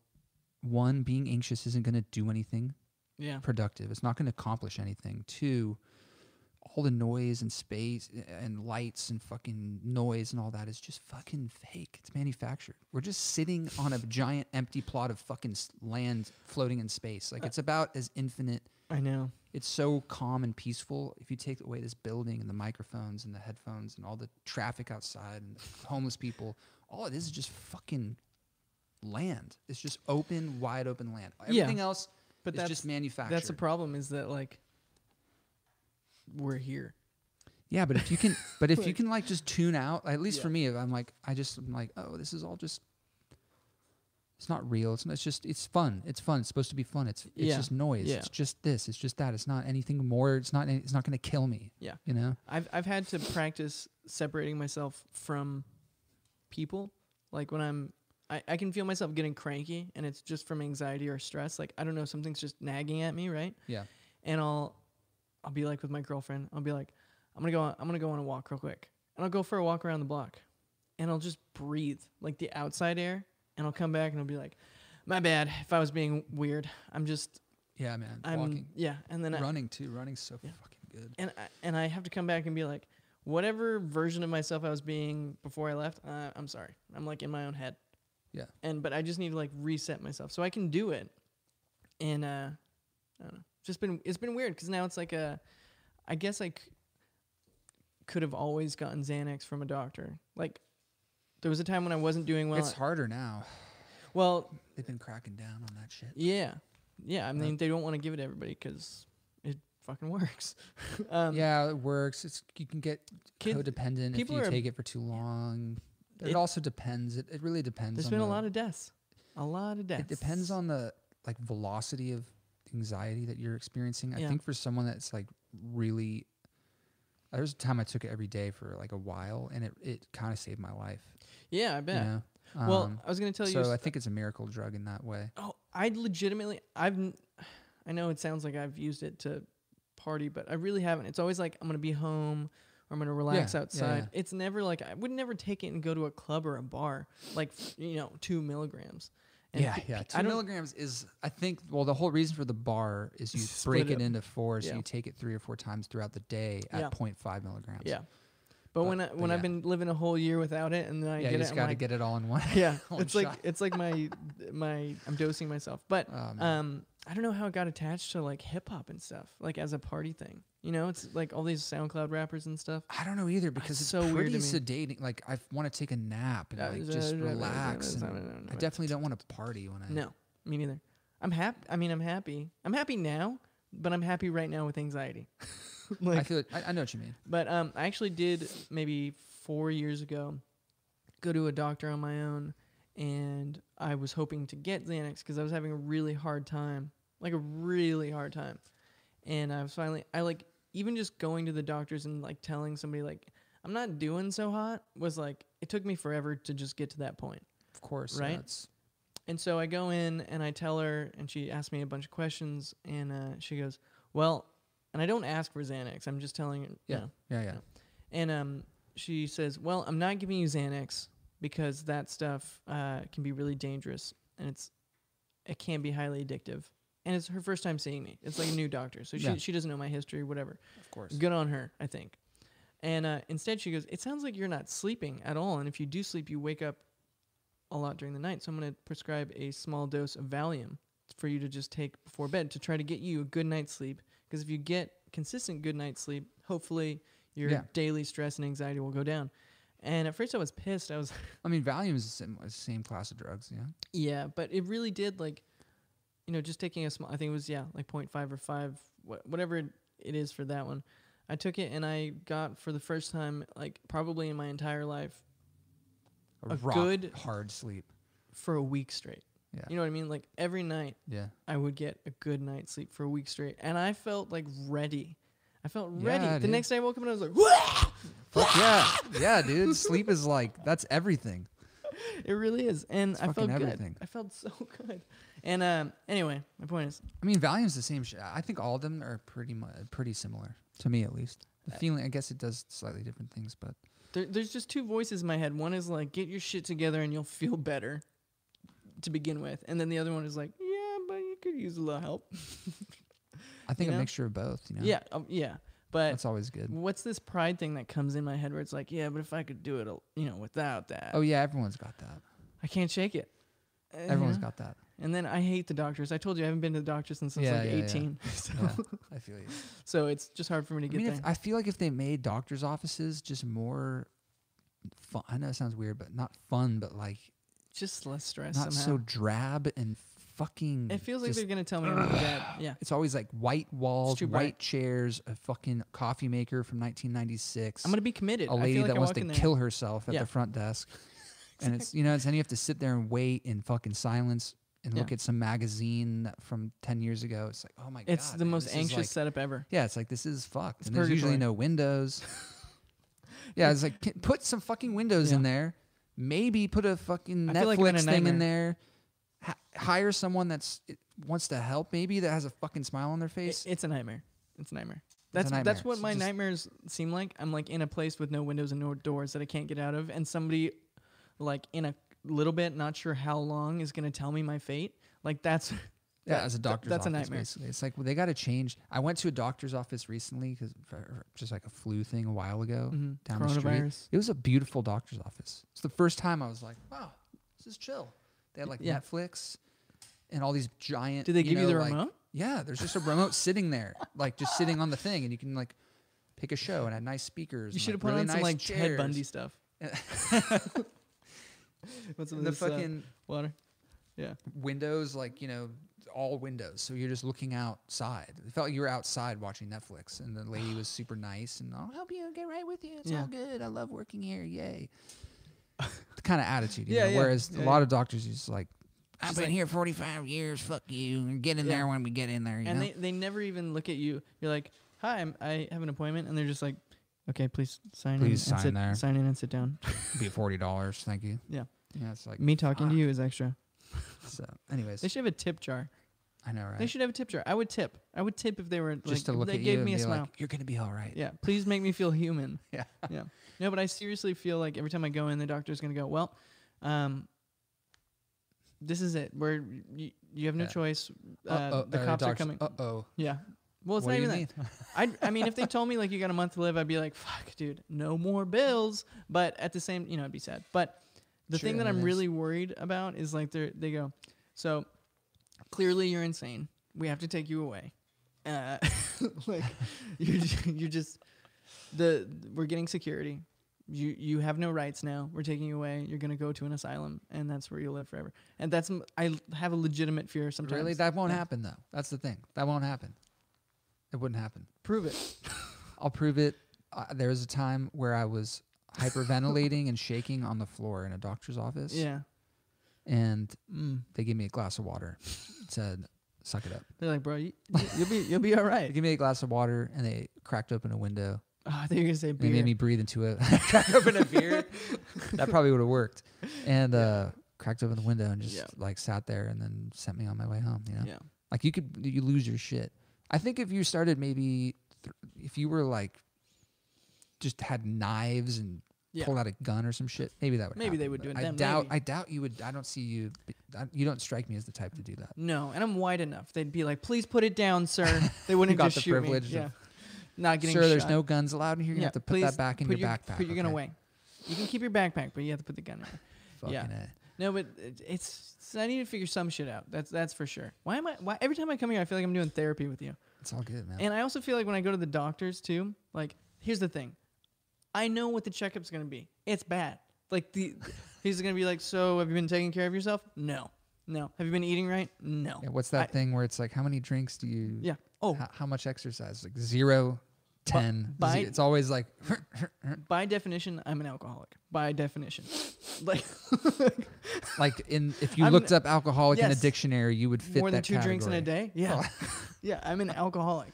one being anxious isn't going to do anything
yeah.
productive. It's not going to accomplish anything. Two, all the noise and space and lights and fucking noise and all that is just fucking fake. It's manufactured. We're just sitting on a giant empty plot of fucking s- land floating in space.
Uh.
Like it's about as infinite
I know.
it's so calm and peaceful. If you take away this building and the microphones and the headphones and all the traffic outside and the homeless people, all it is is just fucking land. It's just open, wide open land.
Yeah.
Everything else
But
is
that's
just manufactured.
that's the problem is that like we're here.
yeah, but if you can, but if you
Like-
can like just tune out. At least
Yeah.
for me, I'm like, I just am like, oh, this is all just. It's not real. It's, not, it's just it's fun. It's fun. It's supposed to be fun. It's it's
Yeah.
just noise.
Yeah.
It's just this. It's just that. It's not anything more. It's not. any- It's not going to kill me.
Yeah.
You know.
I've I've had to practice separating myself from people. Like when I'm I, I can feel myself getting cranky and it's just from anxiety or stress. Like I don't know, something's just nagging at me, right?
Yeah.
And I'll I'll be like with my girlfriend, I'll be like, I'm gonna go on, I'm gonna go on a walk real quick. And I'll go for a walk around the block and I'll just breathe like the outside air and I'll come back and I'll be like, My bad if I was being weird. I'm just
Yeah, man.
I'm
walking.
yeah. And then I,
running too. Running's so
Yeah.
fucking good.
and I, and I have to come back and be like, whatever version of myself I was being before I left, uh, I'm sorry. I'm like in my own head.
Yeah.
And but I just need to like reset myself so I can do it. And uh, I don't know. It's Just been it's been weird because now it's like a, I guess I c- could have always gotten Xanax from a doctor. Like there was a time when I wasn't doing well.
it's harder now.
well,
They've been cracking down on that shit.
yeah, yeah. I mean, they don't want to give it to everybody because it fucking works. um,
yeah, it works. It's you can get
Kids-
codependent if
people are-
you take it for too long. It,
It-
also depends. It, it really depends.
There's
on
been a
the-
lot of deaths. A lot of deaths.
It depends on the like velocity of anxiety that you're experiencing. I
Yeah.
think for someone that's like really there was a time I took it every day for like a while and it, it kind of saved my life.
Yeah, I bet.
You know?
Well,
Um,
I was gonna tell you.
so I
s-
think it's a miracle drug in that way.
oh, I legitimately, I've, n- I know it sounds like I've used it to party, but I really haven't. It's always like I'm gonna be home or I'm gonna relax
yeah,
outside.
yeah.
It's never like I would never take it and go to a club or a bar. Like f- you know, two milligrams. And
yeah,
p-
yeah. Two
I don't.
milligrams is, I think, well, the whole reason for the bar is you
Split
break it
up.
into four, so
Yeah.
you take it three or four times throughout the day
Yeah.
at point five 0.5 milligrams.
yeah. But, when I,
but
when I've
yeah.
been living a whole year without it, and then I
yeah, you
get it,
just
I'm
got to
like,
get it all in one.
yeah,
one
it's like
shot.
it's like my my I'm dosing myself. But
Oh, man.
um, I don't know how it got attached to like hip hop and stuff, like as a party thing. You know, it's like all these SoundCloud rappers and stuff.
I don't know either because it's
so weird
pretty
to
sedating. Like I want to take a nap and like just relax. and I definitely don't want to party when I.
No, me neither. I'm happy. I mean, I'm happy. I'm happy now, but I'm happy right now with anxiety.
I
like,
feel. It, I, I know what you mean.
but um, I actually did maybe four years ago go to a doctor on my own, and I was hoping to get Xanax because I was having a really hard time, like a really hard time. And I was finally, I like even just going to the doctors and like telling somebody like I'm not doing so hot was like it took me forever to just get to that point.
Of course,
Right?
Yeah, it's-
And so I go in and I tell her, and she asks me a bunch of questions, and uh, she goes, "Well," and I don't ask for Xanax. I'm just telling her.
yeah,
no.
yeah, yeah.
And um, she says, "Well, I'm not giving you Xanax because that stuff uh, can be really dangerous, and it's it can be highly addictive." And it's her first time seeing me. It's like a new doctor, so
Yeah.
she she doesn't know my history, whatever.
Of course.
Good on her, I think. And uh, instead, she goes, It sounds like you're not sleeping at all. And if you do sleep, you wake up a lot during the night. So I'm going to prescribe a small dose of Valium for you to just take before bed to try to get you a good night's sleep. Because if you get consistent good night's sleep, hopefully your
Yeah.
daily stress and anxiety will go down. And at first, I was pissed. I was,
I mean, Valium is the same, same class of drugs. Yeah.
yeah, but it really did like you know, just taking a small, I think it was, yeah, like 0.5 or 5, wh- whatever it, it is for that one. I took it and I got for the first time, like probably in my entire life,
A,
A
rock
good-
hard sleep.
for a week straight.
Yeah.
You know what I mean? Like every night
Yeah.
I would get a good night's sleep for a week straight. And I felt like ready. I felt ready.
Yeah,
the
dude.
next day I woke up and I was like, Wah!
Fuck yeah. Yeah, dude. Sleep is like that's everything.
it really is. And I
fucking
felt
everything.
good. I felt so good. And um, anyway, my point is,
I mean, Valium's the same shit. I think all of them are pretty mu- pretty similar to me, at least.
Uh,
The feeling, I guess, it does slightly different things, but
There, there's just two voices in my head. One is like, get your shit together and you'll feel better to begin with. And then the other one is like, yeah, but you could use a little help.
I think
You
a
know?
mixture of both. You know,
Yeah, um, yeah. But
that's always good.
what's this pride thing that comes in my head where it's like, yeah, but if I could do it, al- you know, without that,
Oh yeah, everyone's got that.
I can't shake it. Uh, you
Everyone's
know?
got that.
And then I hate the doctors. I told you I haven't been to the doctor since I was
Yeah,
like
yeah, yeah.
18. So,
Yeah, I feel you.
so it's just hard for me to
I
get
mean,
there.
if, I feel like if they made doctors' offices just more fun, I know it sounds weird, but not fun, but like
just less stress
not
somehow.
so drab and fucking.
it feels like
just-
they're gonna tell me I'm dead. Yeah.
it's always like white walls,
too
white
bright.
chairs, a fucking coffee maker from 1996.
I'm gonna be committed.
a lady
I feel like
that
I
wants
walk
to
in there-
kill herself at
Yeah.
the front desk. And it's you know, it's, and you have to sit there and wait in fucking silence and look
Yeah.
at some magazine that from ten years ago. It's like, oh my god,
It's the
man,
most
this is
anxious
like-
setup ever.
yeah, it's like this is fucked. and there's usually
purgatory.
no windows. yeah, it's like can- put some fucking windows in there. Maybe put a fucking
I feel like I'm in a
Netflix thing in
nightmare.
there. H- hire someone that's it wants to help. Maybe that has a fucking smile on their
I-
face.
it's a nightmare. It's a nightmare.
a
That's
nightmare.
that's what
So
my
just-
nightmares seem like. I'm like in a place with no windows and no doors that I can't get out of, and somebody, like in a little bit, not sure how long, is gonna tell me my fate. Like that's
Yeah,
that-
as a
th-
doctor's
that's a
office,
nightmare.
Basically. It's like well, they got to change. I went to a doctor's office recently because just like a flu thing a while ago
Mhm.
down the street.
Coronavirus.
It was a beautiful doctor's office. It's the first time I was like, wow, this is chill. They had like
yeah.
Netflix and all these giant.
Do they give you
know,
the
like-
remote?
yeah, there's just a remote sitting there, like just sitting on the thing, and you can like pick a show and have nice speakers.
You
and,
should have put
like, really
on some
nice
like Ted
chairs.
Bundy stuff. What's uh,
And the fucking
water? Yeah.
windows like you know all windows so you're just looking outside it felt like you were outside watching netflix and the lady was super nice and i'll help you get right with you it's
Yeah.
all good i love working here yay the kind of attitude you
Yeah,
know?
yeah,
whereas
yeah,
a lot of doctors are just like i've
Just
been
like-
here 45 years fuck you and get in
Yeah.
there when we get in there you
And
know
they, they never even look at you. You're like, hi, I'm, I have an appointment, and they're just like, okay, please sign in.
Please
and
sign
sit,
there."
Sign in and sit down.
be 40 dollars thank you
Yeah.
yeah it's like
Me talking to
fuck.
you is extra.
so anyways
They should have a tip jar.
i know right
They should have a tip jar. I would tip. I would tip if they were like,
just to look
they
at
gave
you and
me a
be
smile.
like you're gonna be all right
yeah, please make me feel human.
Yeah.
yeah. No, but I seriously feel like every time I go in, the doctor's gonna go, well, um, this is it. Where you, you have no
Yeah.
choice. Uh,
Uh-oh,
the
or
cops are
doctor's-
coming.
uh-oh
Yeah. Well, it's
What
not
do you
even
mean?
that. I I mean, if they told me like you got a month to live, I'd be like, fuck, dude, no more bills. But at the same, you know, I'd be sad. But the
Sure,
thing that
it
I'm
is.
really worried about is like they they go, so clearly you're insane. We have to take you away. Uh, like you're ju- you're just the we're getting security. You you have no rights now. We're taking you away. You're gonna go to an asylum, and that's where you'll live forever. And that's m- I have a legitimate fear sometimes.
Really, that won't
Yeah.
happen though. That's the thing. That won't happen. It wouldn't happen.
Prove it.
I'll prove it. Uh, there was a time where I was hyperventilating and shaking on the floor in a doctor's office,
Yeah.
and
Mm.
they gave me a glass of water. It said, "Suck it up."
They're like, bro, you, you- you'll be you'll be all
They
right.
gave me a glass of water, and they cracked open a window.
Oh, I thought you were gonna say
And they
beer.
made me breathe into it. cracked open a beer. that probably would have worked. And uh, cracked open the window and just
Yeah.
like sat there, and then sent me on my way home. You know.
yeah,
Like you could you lose your shit. I think if you started maybe th- if you were like just had knives and
Yeah.
pulled out a gun or some shit, maybe that would
Maybe they
happen,
would
but
do it
I
then,
doubt
maybe.
I doubt you would. I don't see you. be- I- You don't strike me as the type to do that.
no, and I'm white enough. They'd be like, please put it down, sir. They wouldn't
got
just
the
shoot
privilege of-
me. Yeah, not getting
Sir, there's
shot.
no guns allowed in here.
Yeah,
You're gonna have to put
please
that back in
put
your, backpack.
Put your gun
okay?
away. You can keep your backpack, but you have to put the gun. away.
Fucking
Yeah.
A.
No, but it- it's, it's I need to figure some shit out. That's that's for sure. Why am I? Why every time I come here, I feel like I'm doing therapy with you.
It's all good, man.
And I also feel like when I go to the doctors too, like here's the thing. I know what the checkup's gonna be. It's bad. Like the he's gonna be like, So have you been taking care of yourself? No. No. Have you been eating right? No.
Yeah, what's that
I-
thing where it's like, how many drinks do you?
Yeah. Oh,
How, how much exercise? Like zero, ten. ze-
by-
it's always like.
by definition, I'm an alcoholic. By definition, like
like in if you
I'm-
looked up alcoholic in a
Yes.
dictionary, you would fit
more than
that
two drinks in a
category. Oh.
day. Yeah, yeah. I'm an alcoholic.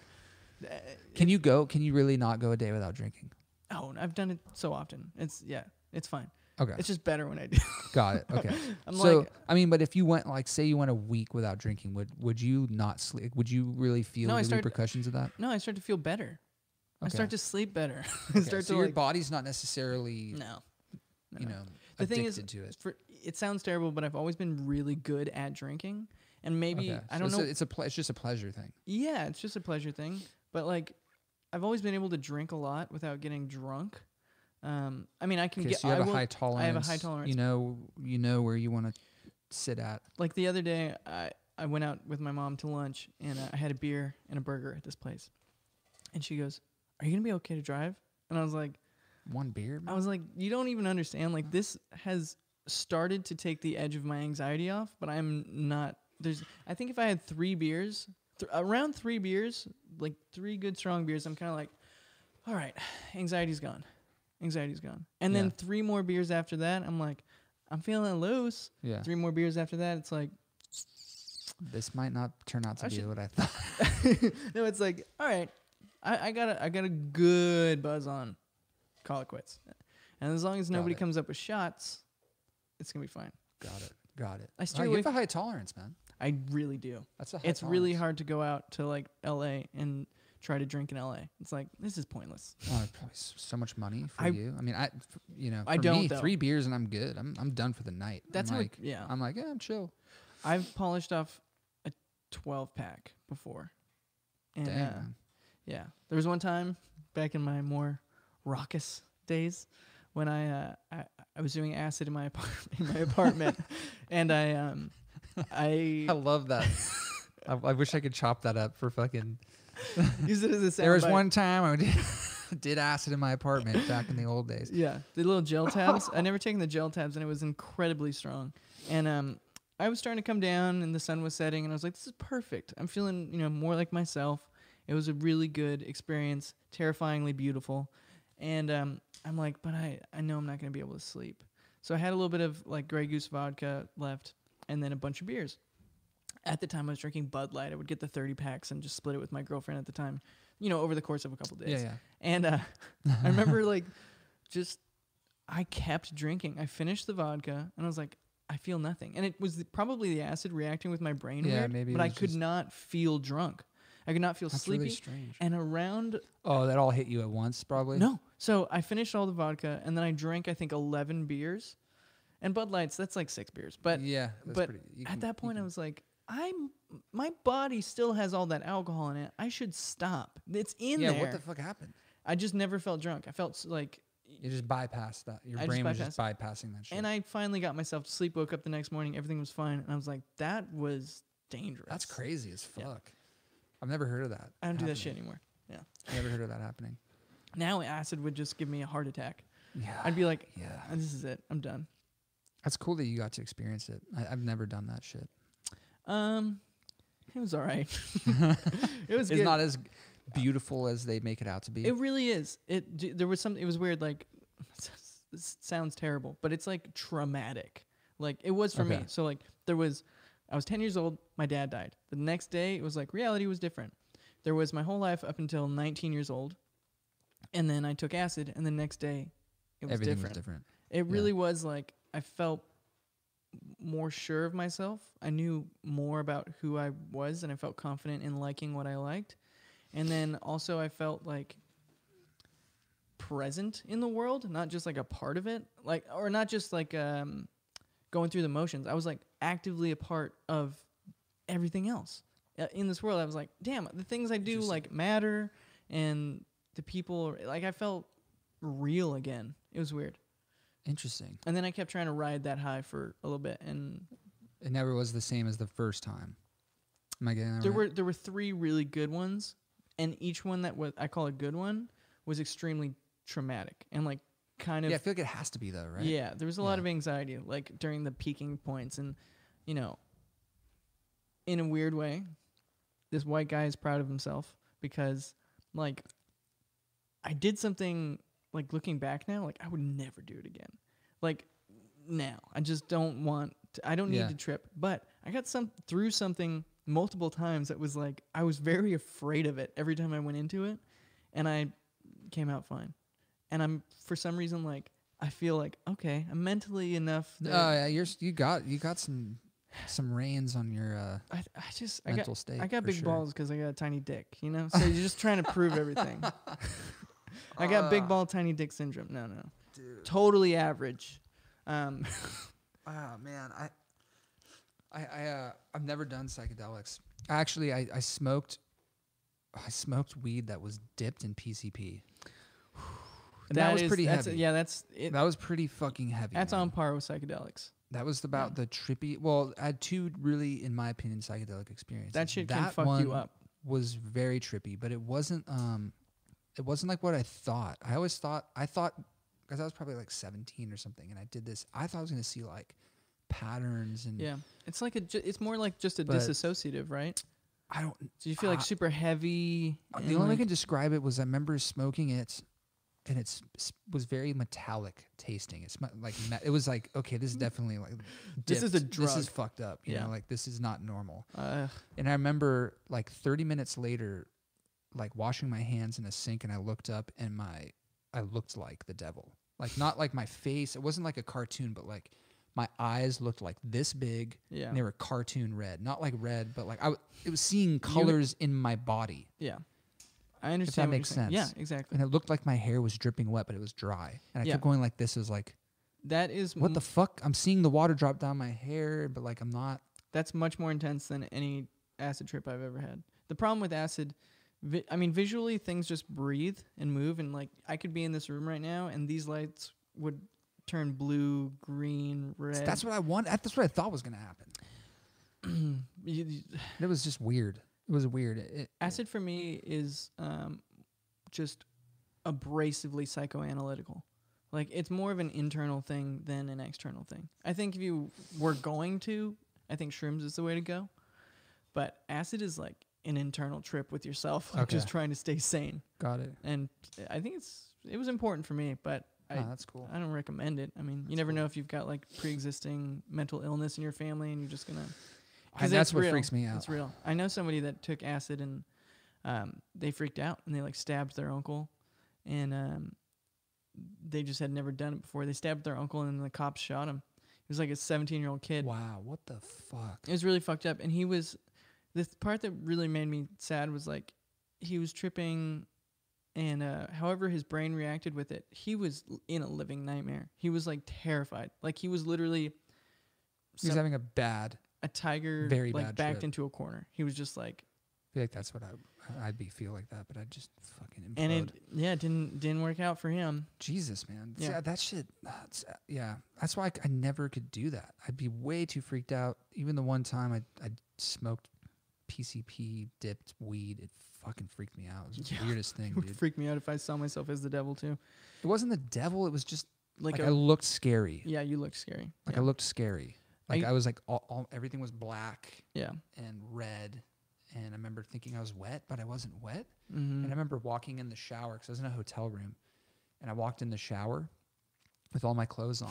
Can you go? Can you really not go a day without drinking?
Oh, and I've done it so often. It's yeah, it's fine.
Okay,
It's just better when I do.
got it. Okay.
I'm
so
like-
I mean, but if you went like say you went a week without drinking, would would you not sleep? Would you really feel
No, I
the
started-
repercussions of that?
No, I start to feel better. I
Okay.
start to sleep better. I
Okay,
start
so
to
your
like,
body's not necessarily
no.
you know
The
addicted
thing is,
to it.
For, it sounds terrible, but I've always been really good at drinking, and maybe
Okay,
I
so
don't
it's
know.
A, it's a ple- it's just a pleasure thing.
Yeah, it's just a pleasure thing. But like, I've always been able to drink a lot without getting drunk. Um, I mean, I can
Okay,
get.
so you
I
have a
will-
high tolerance.
I have a high tolerance.
You know, you know where you want to sit at.
like the other day, I I went out with my mom to lunch, and uh, I had a beer and a burger at this place, and she goes, "Are you gonna be okay to drive?" And I was like,
One beer.
I was like, you don't even understand. Like this has started to take the edge of my anxiety off, but I'm not. There's. I think if I had three beers, th- around three beers, like three good strong beers, I'm kind of like, all right, anxiety's gone, anxiety's gone. And then
Yeah.
three more beers after that, I'm like, I'm feeling loose.
Yeah,
Three more beers after that, it's like,
this might not turn out to
I
be
should-
what I thought.
no, it's like, all right, I, I got a, I got a good buzz on, call it quits. And as long as
Got
nobody
it.
comes up with shots, it's gonna be fine.
Got it. Got it.
I
Wow,
steer
you
away
have a high tolerance, man.
I really do.
That's a high
It's really
tolerance.
hard to go out to like LA and try to drink in LA. It's like this is pointless.
Oh, it probably s- so much money for
I-
you. I mean, I, f- you know,
I
for
don't,
me,
though.
three beers and I'm good. I'm I'm done for the night. I'm
That's how
like,
it, yeah.
I'm like, yeah, I'm chill.
I've polished off a 12 pack before. And
Dang.
uh,
man.
yeah. There was one time back in my more raucous days when I uh, I, I was doing acid in my apartment in my apartment and I um I
I love that. I, I wish I could chop that up for fucking.
used it as a sound
There was
bite.
one time I did, did acid in my apartment back in the old days.
Yeah, the little gel tabs. I never taken the gel tabs, and it was incredibly strong. And um, I was starting to come down, and the sun was setting, and I was like, "This is perfect. I'm feeling, you know, more like myself." It was a really good experience, terrifyingly beautiful. And um, I'm like, but I, I know I'm not gonna be able to sleep. So I had a little bit of like Grey Goose vodka left, and then a bunch of beers. At the time, I was drinking Bud Light. I would get the 30 packs and just split it with my girlfriend at the time. You know, over the course of a couple days.
Yeah, yeah.
And uh, I remember like just I kept drinking. I finished the vodka and I was like, I feel nothing. And it was the, probably the acid reacting with my brain
Yeah,
weird,
maybe it
but I
was
could
just-
not feel drunk. I could not feel
That's
sleepy.
really strange.
and around
Oh, that all hit you at once, probably.
no. So I finished all the vodka and then I drank I think 11 beers. And Bud Lights, that's like 6 beers. But
yeah, that's
but
pretty, you
at
can-
that
you
point I
can-
was like I'm my body still has all that alcohol in it. I should stop. It's in
yeah,
there.
what the fuck happened?
I just never felt drunk. I felt s- like
You just bypassed that. Your
I just
brain was just bypassing that shit.
And I finally got myself to sleep, woke up the next morning, everything was fine. And I was like, that was dangerous.
That's crazy as fuck.
Yeah.
I've never heard of that.
I don't do that shit
happening.
anymore. Yeah.
Never heard of that happening.
Now acid would just give me a heart attack.
Yeah.
I'd be like,
yeah.
"Oh, this is it. I'm done.
That's cool that you got to experience it. I, I've never done that shit.
Um, it was all right. it was
It's,
good.
not as beautiful as they make it out to be.
it really is. It d- there was some. It was weird. Like, this sounds terrible, but it's like traumatic. Like it was for me.
Okay.
So like there was, I was ten years old. My dad died. The next day, it was like reality was different. There was my whole life up until nineteen years old, and then I took acid, and the next day, it was
Everything
different.
was different.
It really was like I felt more sure of myself. I knew more about who I was and I felt confident in liking what I liked. And then also I felt like present in the world, not just like a part of it, like or not just like um going through the motions. I was like actively a part of everything else Uh, in this world. I was like, damn, the things I do
Interesting.
like matter and the people like I felt real again. It was weird.
Interesting.
And then I kept trying to ride that high for a little bit, and
It never was the same as the first time. Am I getting that
there
right?
were there were three really good ones, and each one that was I call a good one was extremely traumatic and like kind of
yeah, I
yeah.
feel like it has to be though, right?
There was a lot
Yeah.
of anxiety like during the peaking points, and you know in a weird way, this white guy is proud of himself because, like, I did something, like, looking back now, like, I would never do it again. Like, now, I just don't want, to, I don't need
Yeah.
to trip, but I got some through something multiple times that was like, I was very afraid of it every time I went into it, and I came out fine. And I'm, for some reason, like, I feel like, okay, I'm mentally enough.
Oh
that-
yeah, you're s- you got you got some some reins on your uh,
I, I just I
mental
got
state.
I got
for
big
sure.
balls 'cause balls because I got a tiny dick, you know. So you're just trying to prove everything. I got big ball, tiny dick syndrome. No, no,
Ah. Dude.
totally average. Um,
Oh man, I, I, I uh, I've never done psychedelics. Actually, I, I smoked, I smoked weed that was dipped in PCP. And that, was
is-
pretty
that's,
heavy.
Yeah, that's it.
That was pretty fucking heavy.
that's um,
man.
on par with psychedelics.
That was about the trippy. Well, I had two really, in my opinion, psychedelic experiences.
That shit can fuck
one
you up.
Was very trippy, but it wasn't. Um, it wasn't like what I thought. I always thought I thought because I was probably like 17 or something, and I did this. I thought I was gonna see like patterns and
Yeah, it's like a. Ju- it's more like just a
But-
disassociative, right?
I don't
So you feel like
Ah.
super heavy.
Uh,
and
The only way I
like-
can describe it was I remember smoking it, and it was very metallic tasting. It's like me- it was like okay, this is definitely like
This is a
dipped. This is
drug.
fucked up. You
Yeah.
know, like this is not normal.
Ugh.
And I remember like 30 minutes later, like washing my hands in a sink, and I looked up, and my I looked like the devil. Like not like my face. It wasn't like a cartoon, but like my eyes looked like this big.
yeah,
And they were cartoon red, not like red, but like I, w- it was seeing colors in my body.
yeah. I understand. what
makes
you're saying.
sense.
Yeah, exactly.
and it looked like my hair was dripping wet, but it was dry. And I
Yeah. Mm-hmm.
kept going like this. It was like,
That is
what the fuck? I'm seeing the water drop down my hair, but like I'm not.
that's much more intense than any acid trip I've ever had. The problem with acid, vi- I mean, visually things just breathe and move, and like I could be in this room right now, and these lights would turn blue, green, red.
That's what I want. That's what I thought was gonna happen.
You- you-
And it was just weird. It was weird. It, it-
acid for me is um, just abrasively psychoanalytical. Like it's more of an internal thing than an external thing. I think if you were going to, I think shrooms is the way to go. But acid is like an internal trip with yourself, like just
Okay.
trying to stay sane.
got it.
And I think it's it was important for me, but I uh,
Ah, that's cool.
I don't recommend it. I mean, you never know if you've got like pre-existing mental illness in your family and you're just gonna.
I, that's
it's
what
real.
freaks me out.
It's real. I know somebody that took acid and um, they freaked out and they like stabbed their uncle, and um, they just had never done it before. They stabbed their uncle and then the cops shot him. He was like a 17 year old kid.
Wow, what the fuck?
It was really fucked up. And he was, the th- part that really made me sad was like, he was tripping, and uh, however his brain reacted with it, he was l- in a living nightmare. He was like terrified. Like he was literally
He was
some-
having a bad.
a tiger
very
like
bad
backed
trip.
into a corner. He was just like,
I feel like that's what I, I'd be feel like that, but I just fucking implode.
and it yeah it didn't didn't work out for him.
Jesus, man.
Yeah.
Yeah. That shit. That's, uh, yeah. That's why I, c- I never could do that. I'd be way too freaked out. Even the one time I, I smoked PCP dipped weed, it fucking freaked me out. It was the
Yeah.
weirdest thing,
It would
dude.
freak me out if I saw myself as the devil too.
It wasn't the devil. It was just
Like,
like,
a,
I looked scary.
yeah, you look scary.
Like
yeah.
I looked scary. Like
I-
I, was like, all, all, everything was black
yeah.
and red. And I remember thinking I was wet, but I wasn't wet.
hmm
And I remember walking in the shower because I was in a hotel room, and I walked in the shower with all my clothes on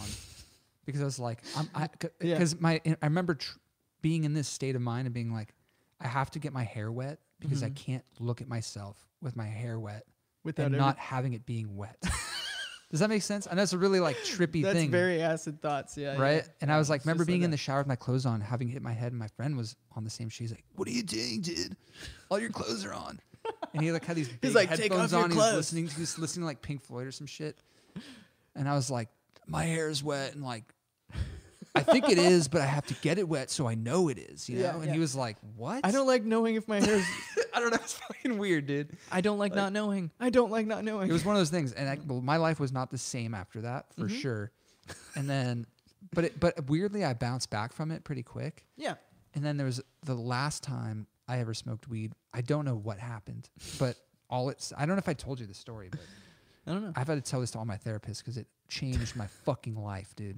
because I was like, I'm, I,
Yeah.
because my I remember tr- being in this state of mind and being like, I have to get my hair wet because I can't look at myself with my hair wet
Mm-hmm. Without
and
every-
not having it being wet. Does that make sense? And that's a really like trippy
that's
thing,
very acid thoughts. Yeah. Oh, yeah,
right? And I was like,
it's
remember
just
being in
that.
the shower with my clothes on, having hit my head, and my friend was on the same. She's like, "What are you doing, dude? All your clothes are on." And he like had these big
like, "Take
headphones
off your
on. He
clothes."
was listening. He was listening to like Pink Floyd or some shit. And I was like, "My hair is wet," and like, I think it is, but I have to get it wet so I know it is. You know.
Yeah,
and
yeah.
he was like, "What?"
I don't like knowing if my hair's.
I don't know. It's fucking weird, dude.
I don't like, not knowing. I don't like not knowing.
It was one of those things, and I, well, my life was not the same after that
Mm-hmm.
for sure. And then, but it, but weirdly, I bounced back from it pretty quick.
yeah.
And then there was the last time I ever smoked weed. I don't know what happened, but all it's I don't know if I told you the story, but
I don't know.
I've had to tell this to all my therapists because it changed my fucking life, dude.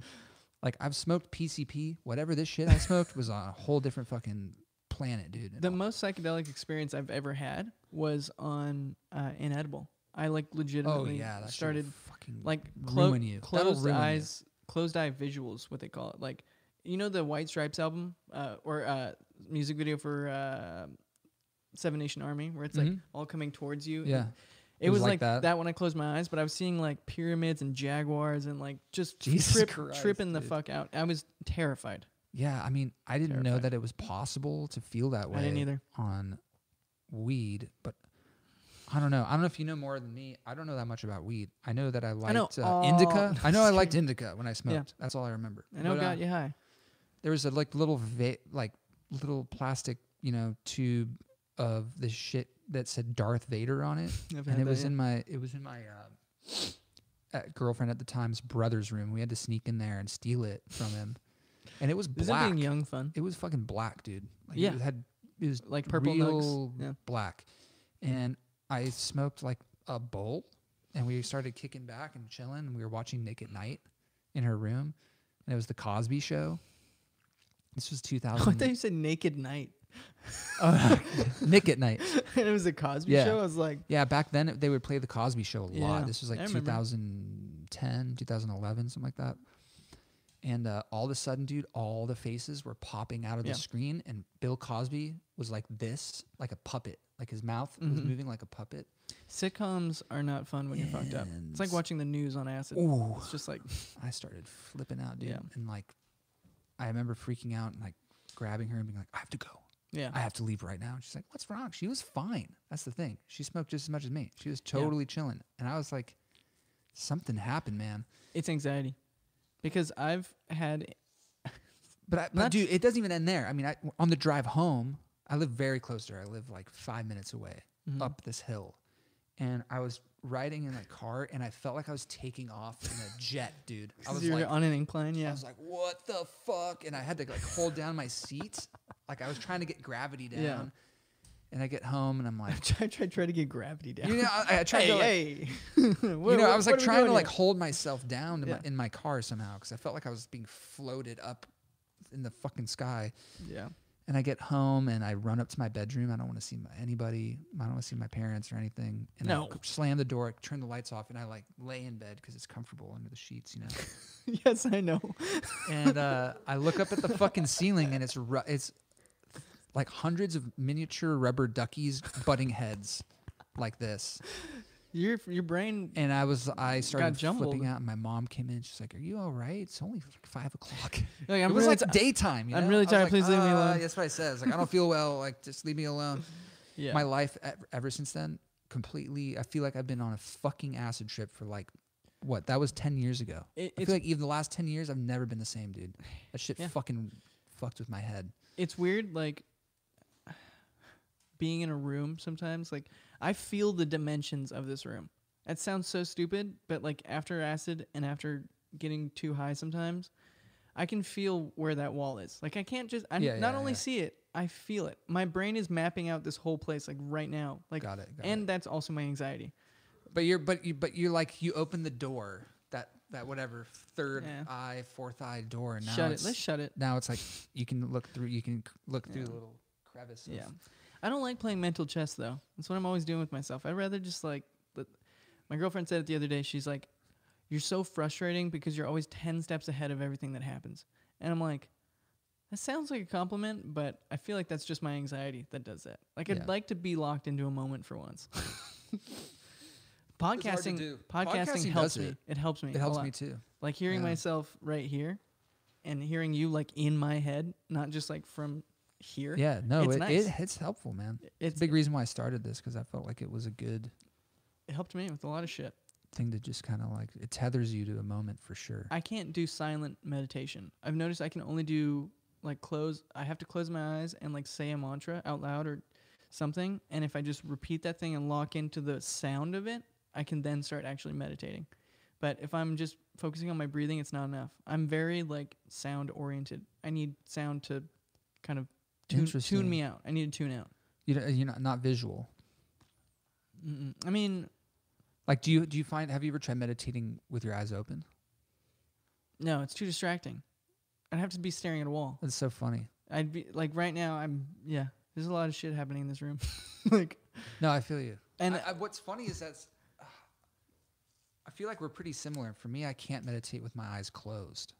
Like I've smoked PCP, whatever this shit I smoked was on a whole different fucking planet, dude.
The most psychedelic experience I've ever had was on uh, Inedible. I like
oh
legitimately
yeah, that shit will
started
fucking
like clo-
ruin you. That'll
closed
ruin you.
eyes, closed eye visuals, what they call it. Like you know the White Stripes album uh, or uh, music video for uh, Seven Nation Army, where it's like
Mhm.
all coming towards you.
yeah.
It, was, like that. when I closed my eyes, but I was seeing like pyramids and jaguars and like just
Jesus
trip,
Christ,
tripping the
dude.
fuck out. I was terrified.
Yeah, I mean, I didn't know
Terrifying.
that it was possible to feel that way.
I didn't either.
on weed, but I don't know. I don't know if you know more than me. I don't know that much about weed. I know that I liked
know
uh,
all-
indica.
No,
I know I
just
liked indica when I smoked. That's all I remember.
I know
But,
it
uh,
got you high.
There was a like little va- like little plastic, you know, tube of this shit that said Darth Vader on it,
I've
and
had
it
that,
was
yeah.
in my it was in my uh, uh, girlfriend at the time's brother's room. We had to sneak in there and steal it from him, and it was
Isn't
black.
being young fun?
It was fucking black, dude. Like
Yeah.
it had it was
Like purple nugs.
real
Yeah.
black, and I smoked like a bowl, and we started kicking back and chilling, and we were watching Nick at Night in her room, and it was the Cosby Show. This was
I
2000.
thought you said naked night.
Uh, Nick at Night.
and it was a Cosby
Yeah.
show. I was like,
Yeah, back then it, they would play the Cosby Show a
Yeah,
lot. This was
I
like
remember.
2010, 2011, something like that. And uh, all of a sudden, dude, all the faces were popping out of
Yeah.
the screen, and Bill Cosby was like this, like a puppet, like his mouth was
Mhm.
moving like a puppet.
sitcoms are not fun when you're fucked up. It's like
And-
watching the news on acid.
Ooh,
It's just like,
I started flipping out, dude,
Yeah.
and like, I remember freaking out and like grabbing her and being like, "I have to go,
yeah.
I have to leave right now." And she's like, "What's wrong?" She was fine. That's the thing. She smoked just as much as me. She was totally chilling, and I was like, "Something happened, man."
It's anxiety. Because I've had,
But, I, but
That's-
dude, it doesn't even end there. I mean, I, on the drive home, I live very close to her. I live like five minutes away
Mhm.
up this hill. And I was riding in my car and I felt like I was taking off in a jet, dude. I was
you're
like,
on an incline,
I
yeah.
was like, what the fuck? And I had to like hold down my seat. Like I was trying to get gravity down.
Yeah.
And I get home and I'm like,
I tried, tried, tried to get gravity down.
you know, I, I tried
hey,
to like,
hey.
you know, I was like trying to like hold myself down to my,
Yeah.
in my car somehow because I felt like I was being floated up in the fucking sky.
Yeah.
And I get home and I run up to my bedroom. I don't want to see my, anybody. I don't want to see my parents or anything. And
No.
I slam the door, turn the lights off, and I like lay in bed because it's comfortable under the sheets, you know.
yes, I know.
and uh, I look up at the fucking ceiling and it's ru- it's like hundreds of miniature rubber duckies butting heads like this.
Your your brain
And I was I started
jumbled.
flipping out. And my mom came in. She's like, "Are you all right? It's only like five o'clock."
like, I'm
it was
really
like
t-
daytime. You
I'm
know?
really
I was
tired,
like,
please leave me
"Ah,"
alone.
That's what I said. I was like, I don't feel well. Like, just leave me alone.
yeah.
My life e- ever since then, completely. I feel like I've been on a fucking acid trip for like, what? That was ten years ago.
It-
I
it's
feel like even the last ten years, I've never been the same, dude. That shit
Yeah.
fucking fucked with my head.
it's weird like being in a room sometimes like i feel the dimensions of this room that sounds so stupid but like after acid and after getting too high sometimes i can feel where that wall is like i can't just i
Yeah,
not
yeah,
only
yeah.
see it i feel it my brain is mapping out this whole place like right now like
Got it, got
and that's also my anxiety
But you're, but you, but you're like, you open the door that that whatever third
Yeah.
eye, fourth eye door. And now
shut it
it's-
let's shut it
now it's like you can look through. You can c- look through
Yeah.
the little crevice. of-
Yeah. I don't like playing mental chess though. That's what I'm always doing with myself. I'd rather just like let- my girlfriend said it the other day. She's like, "You're so frustrating because you're always 10 steps ahead of everything that happens." And I'm like, that sounds like a compliment, but I feel like that's just my anxiety that does that. Like
Yeah.
I'd like to be locked into a moment for once.
It's hard to
podcasting
do.
podcasting,
Podcasting
helps
does
me.
it.
It helps me.
It
a
helps
lot.
me too.
Like hearing
Yeah.
myself right here and hearing you like in my head, not just like from here.
Yeah, no,
It's
it,
nice.
it it's helpful, man. It's a
It's,
big reason why I started this because I felt like it was a good
it helped me with a lot of shit.
thing to just kind of like it tethers you to a moment for sure.
I can't do silent meditation. I've noticed I can only do like close. I have to close my eyes and like say a mantra out loud or something. And if I just repeat that thing and lock into the sound of it, I can then start actually meditating. But if I'm just focusing on my breathing, it's not enough. I'm very like sound oriented. I need sound to kind of tune, tune
Interesting.
me out. I need to tune out.
You know, you're not, not visual.
Mm-mm. I mean,
Like, do you do you find have you ever tried meditating with your eyes open?
no, it's too distracting. I'd have to be staring at a wall.
That's so funny.
I'd be like right now. I'm yeah. There's a lot of shit happening in this room. like
No, I feel you.
and
And what's funny is that's. I feel like we're pretty similar. For me, I can't meditate with my eyes closed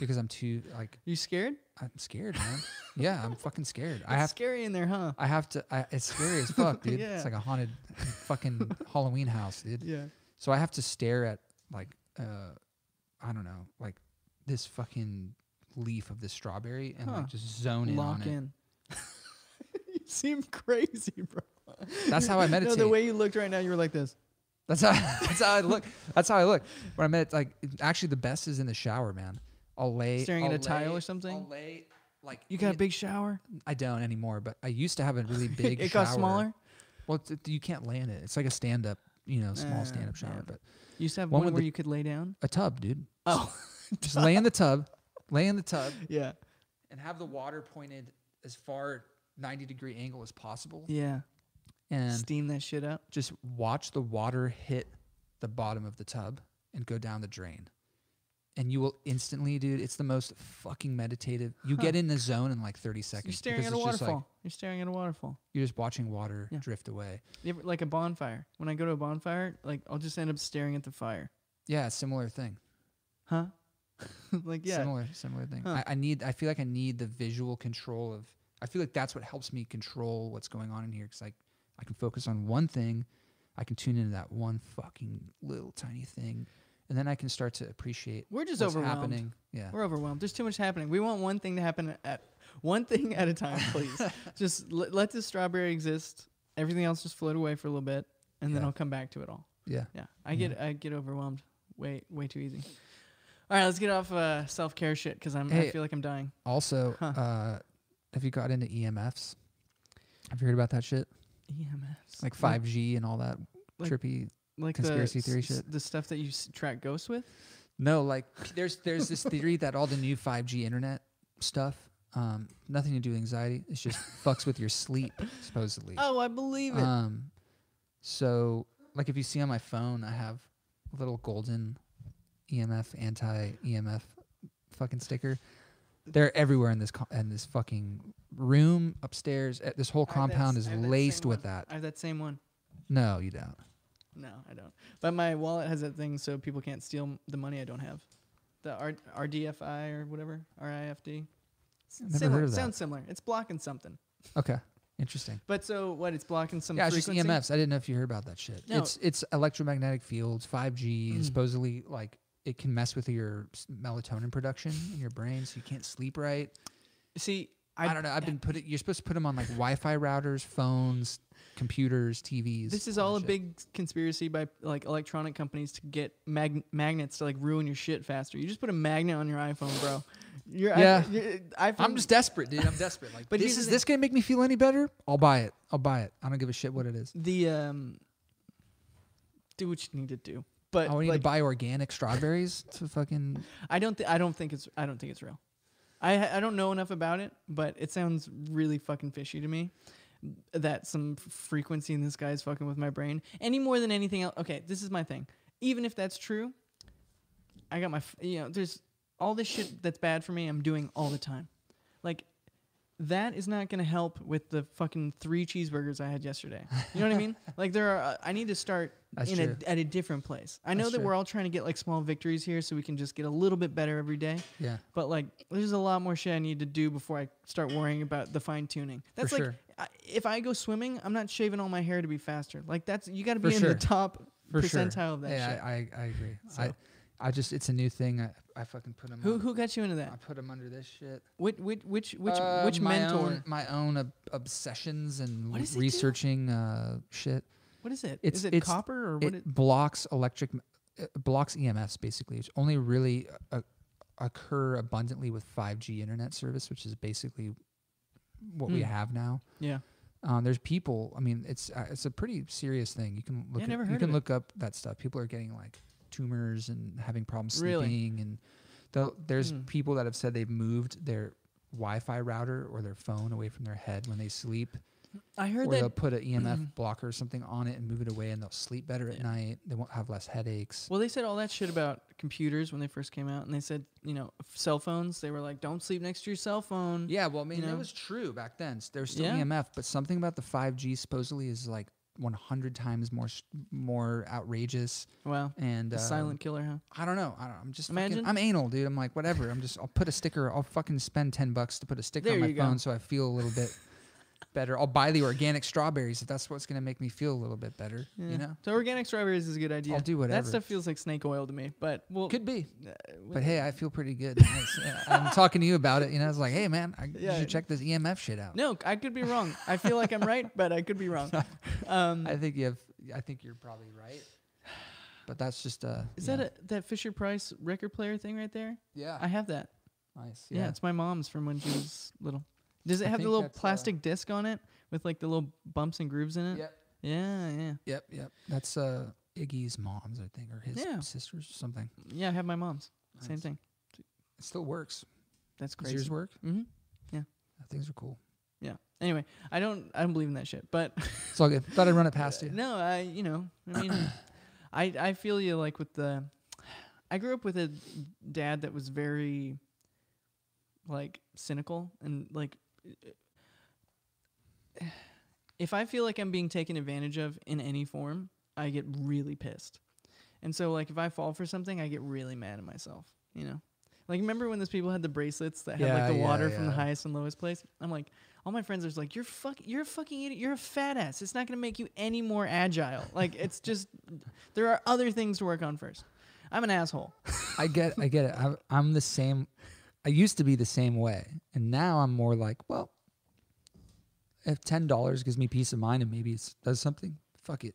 because I'm too like
you scared?
I'm scared, man. yeah, I'm fucking scared. I
It's
have
scary in there, huh?
I have to. I, it's scary as fuck, dude.
Yeah.
It's like a haunted fucking Halloween house, dude.
Yeah.
So I have to stare at like uh I don't know, like this fucking leaf of this strawberry and
Huh.
like just zone in
Lock
on it.
in. you seem crazy, bro.
That's how I
No,
meditate.
the way you looked right now, you were like this.
that's how that's how I look. That's how I look. When I meditate like it- actually the best is in the shower, man. I'll lay
Staring at
I'll
a tile
lay-
or something?
I'll lay like
You got a
in-
big shower.
I don't anymore, but I used to have a really big
it
shower.
got smaller.
Well, it's- it, you can't lay in it. It's like a stand up, you know, small
Uh,
stand up shower,
yeah.
but
You used to have
One
one,
with
where
the-
you could lay down.
a tub, dude.
Oh,
Just lay in the tub, lay in the tub,
yeah,
and have the water pointed as far 90 degree angle as possible
yeah.
and
Steam that shit up.
just watch the water hit the bottom of the tub and go down the drain and you will instantly dude it's the most fucking meditative you get in the zone in like 30 seconds
You're staring
because
at a
it's just
waterfall.
like
You're staring at a waterfall.
you're just watching water
Yeah.
drift away
You ever- like a bonfire. When I go to a bonfire, like I'll just end up staring at the fire.
yeah similar thing
Huh? like yeah.
similar similar thing
Huh.
I, I need i feel like i need the visual control of i feel like that's what helps me control what's going on in here because like i can focus on one thing i can tune into that one fucking little tiny thing and then i can start to appreciate
We're just
what's
overwhelmed.
happening yeah
We're overwhelmed. There's too much happening. We want one thing to happen at one thing at a time, please. just l- let this strawberry exist. Everything else just float away for a little bit, and then
Yeah.
I'll come back to it all.
yeah
Yeah, I get I get overwhelmed way way too easy. All right, let's get off uh, self care shit because I'm I
Hey.
feel like I'm dying.
also
Huh.
uh have you got into emfs have you heard about that shit
E EMFs
like 5g and all that
Like-
trippy
like
conspiracy
the,
theory
s-
shit?
the stuff that you s- track ghosts with.
No, like there's there's this theory that all the new 5G internet stuff, um, nothing to do with anxiety. It's just fucks with your sleep, supposedly.
Oh, I believe it.
Um, so like if you see on my phone, I have a little golden E EMF anti EMF fucking sticker. They're everywhere in this co- in this fucking room upstairs. Uh, This whole
I have that
compound
s-
is
I have that
laced
same
with
one.
that.
I have that same one.
No, you don't.
No, I don't. But my wallet has that thing so people can't steal m- the money I don't have. The R- RDFI or whatever, RIFD. S-
Never heard
similar.
of that.
Sounds similar. It's blocking something.
Okay, interesting.
But so what? It's blocking some
yeah, it's just E
frequency.
EMFs. I didn't know if you heard about that shit.
No.
It's it's electromagnetic fields, 5G, and
Mm.
supposedly like it can mess with your s- melatonin production in your brain, so you can't sleep right.
See,
I,
I,
don't know. I've been put it. You're supposed to put them on like Wi-Fi routers, phones, computers, TVs.
this is
that
all a
shit.
big conspiracy by like electronic companies to get mag- magnets to like ruin your shit faster. You just put a magnet on your iPhone, bro. Your iPhone-
Yeah.
your uh, iPhone,
I'm just desperate, dude. I'm desperate. Like,
But
but
here's
this
the
is
thing-
this gonna make me feel any better? I'll buy it. I'll buy it. I don't give a shit what it is.
the um. Do what you need to do, but
I need
like,
to buy organic strawberries to fucking.
I don't. Th- I don't think it's. I don't think it's real. I ha- I don't know enough about it, but it sounds really fucking fishy to me. That some f- frequency in this guy is fucking with my brain any more than anything else. Okay, this is my thing. Even if that's true, I got my. F- you know, there's all this shit that's bad for me. I'm doing all the time, like. That is not going to help with the fucking three cheeseburgers I had yesterday. You know what I mean? Like there are, uh, I need to start
That's
in
true.
a, at a different place. I know
That's
that
true.
we're all trying to get like small victories here, so we can just get a little bit better every day.
Yeah.
But like, there's a lot more shit I need to do before I start worrying about the fine tuning. That's like,
sure.
I, if I go swimming, I'm not shaving all my hair to be faster. Like that's you got to
For
be in
sure.
the top
For sure.
percentile of that
yeah,
shit.
I, I I agree.
So.
I I just it's a new thing. I, I fucking put them.
who who got you into
I
that?
put them under this shit.
Which which which which,
Uh,
which
my
mentor?
own- my own ob- obsessions and
What does it do?
researching uh, shit.
what is it? Is
It's-
it
it's-
copper or what?
It,
It,
blocks electric, m- it blocks EMFs basically. It's only really uh, occur abundantly with 5G internet service, which is basically what we
Hmm.
have now.
yeah.
Um, there's people. I mean, it's uh, it's a pretty serious thing. You can look.
I
at-
never
you
heard
can
of it.
look up that stuff. People are getting like tumors and having problems
Really?
sleeping, and the, there's
Hmm.
people that have said they've moved their Wi-Fi router or their phone away from their head when they sleep
I heard that
or
Mm-hmm.
they'll put an EMF blocker or something on it and move it away, and they'll sleep better at night. They won't have less headaches.
Well, they said all that shit about computers when they first came out, and they said, you know, f- cell phones. They were like, "Don't sleep next to your cell phone."
Yeah, well, I mean,
You
that
know?
was true back then. S- There was still
Yeah.
EMF, but something about the 5G supposedly is like 100 times more s- more outrageous.
Wow.
And
The
uh,
silent killer, huh?
I don't know. I don't, I'm just
Imagine.
Fucking, I'm anal, dude. I'm like whatever. I'm just. I'll put a sticker. I'll fucking spend 10 bucks to put a sticker on
There
my
you go.
phone so I feel a little bit better. I'll buy the organic strawberries if that's what's gonna make me feel a little bit better.
Yeah.
You know,
So organic strawberries is a good idea.
I'll do whatever.
That stuff feels like snake oil to me, but well,
could be.
uh,
But hey, I feel pretty good. It's- uh, I'm talking to you about it. You know, I was like, hey, man, I, you
Yeah.
should check this EMF shit out.
no, I could be wrong. I feel like I'm right, but I could be wrong. Um,
I think you have. I think you're probably right. But that's just uh.
is
yeah.
that a, that Fisher Price record player thing right there?
Yeah.
I have that.
nice.
Yeah.
Yeah.
it's my mom's from when she was little. Does it
I
have the
think
little
that's, uh,
plastic disc on it with like the little bumps and grooves in it?
Yep.
Yeah, yeah,
Yep. Yep. That's uh Iggy's mom's, I think, or his
Yeah.
sister's or something.
yeah. I have my mom's. Same
Nice.
thing.
It still works.
That's
Does
crazy.
yours work? Oh,
Mm-hmm.
Things are cool.
Yeah. Anyway, I don't I don't believe in that shit, but
It's all good. Thought I'd run it past you.
Uh, no, I you know I mean, I I feel you like with the, I grew up with a dad that was very, like cynical and like, if I feel like I'm being taken advantage of in any form, I get really pissed, and so like if I fall for something, I get really mad at myself, you know. Like remember when those people had the bracelets that had
Yeah,
like the
yeah,
water from the
yeah.
highest and lowest place? I'm like, all my friends are just like, "You're fuck, you're a fucking idiot. You're a fat ass. It's not gonna make you any more agile. Like it's just, there are other things to work on first. I'm an asshole.
I get. I get it. I, I'm the same. I used to be the same way, and now I'm more like, well, if ten dollars gives me peace of mind and maybe it does something, fuck it.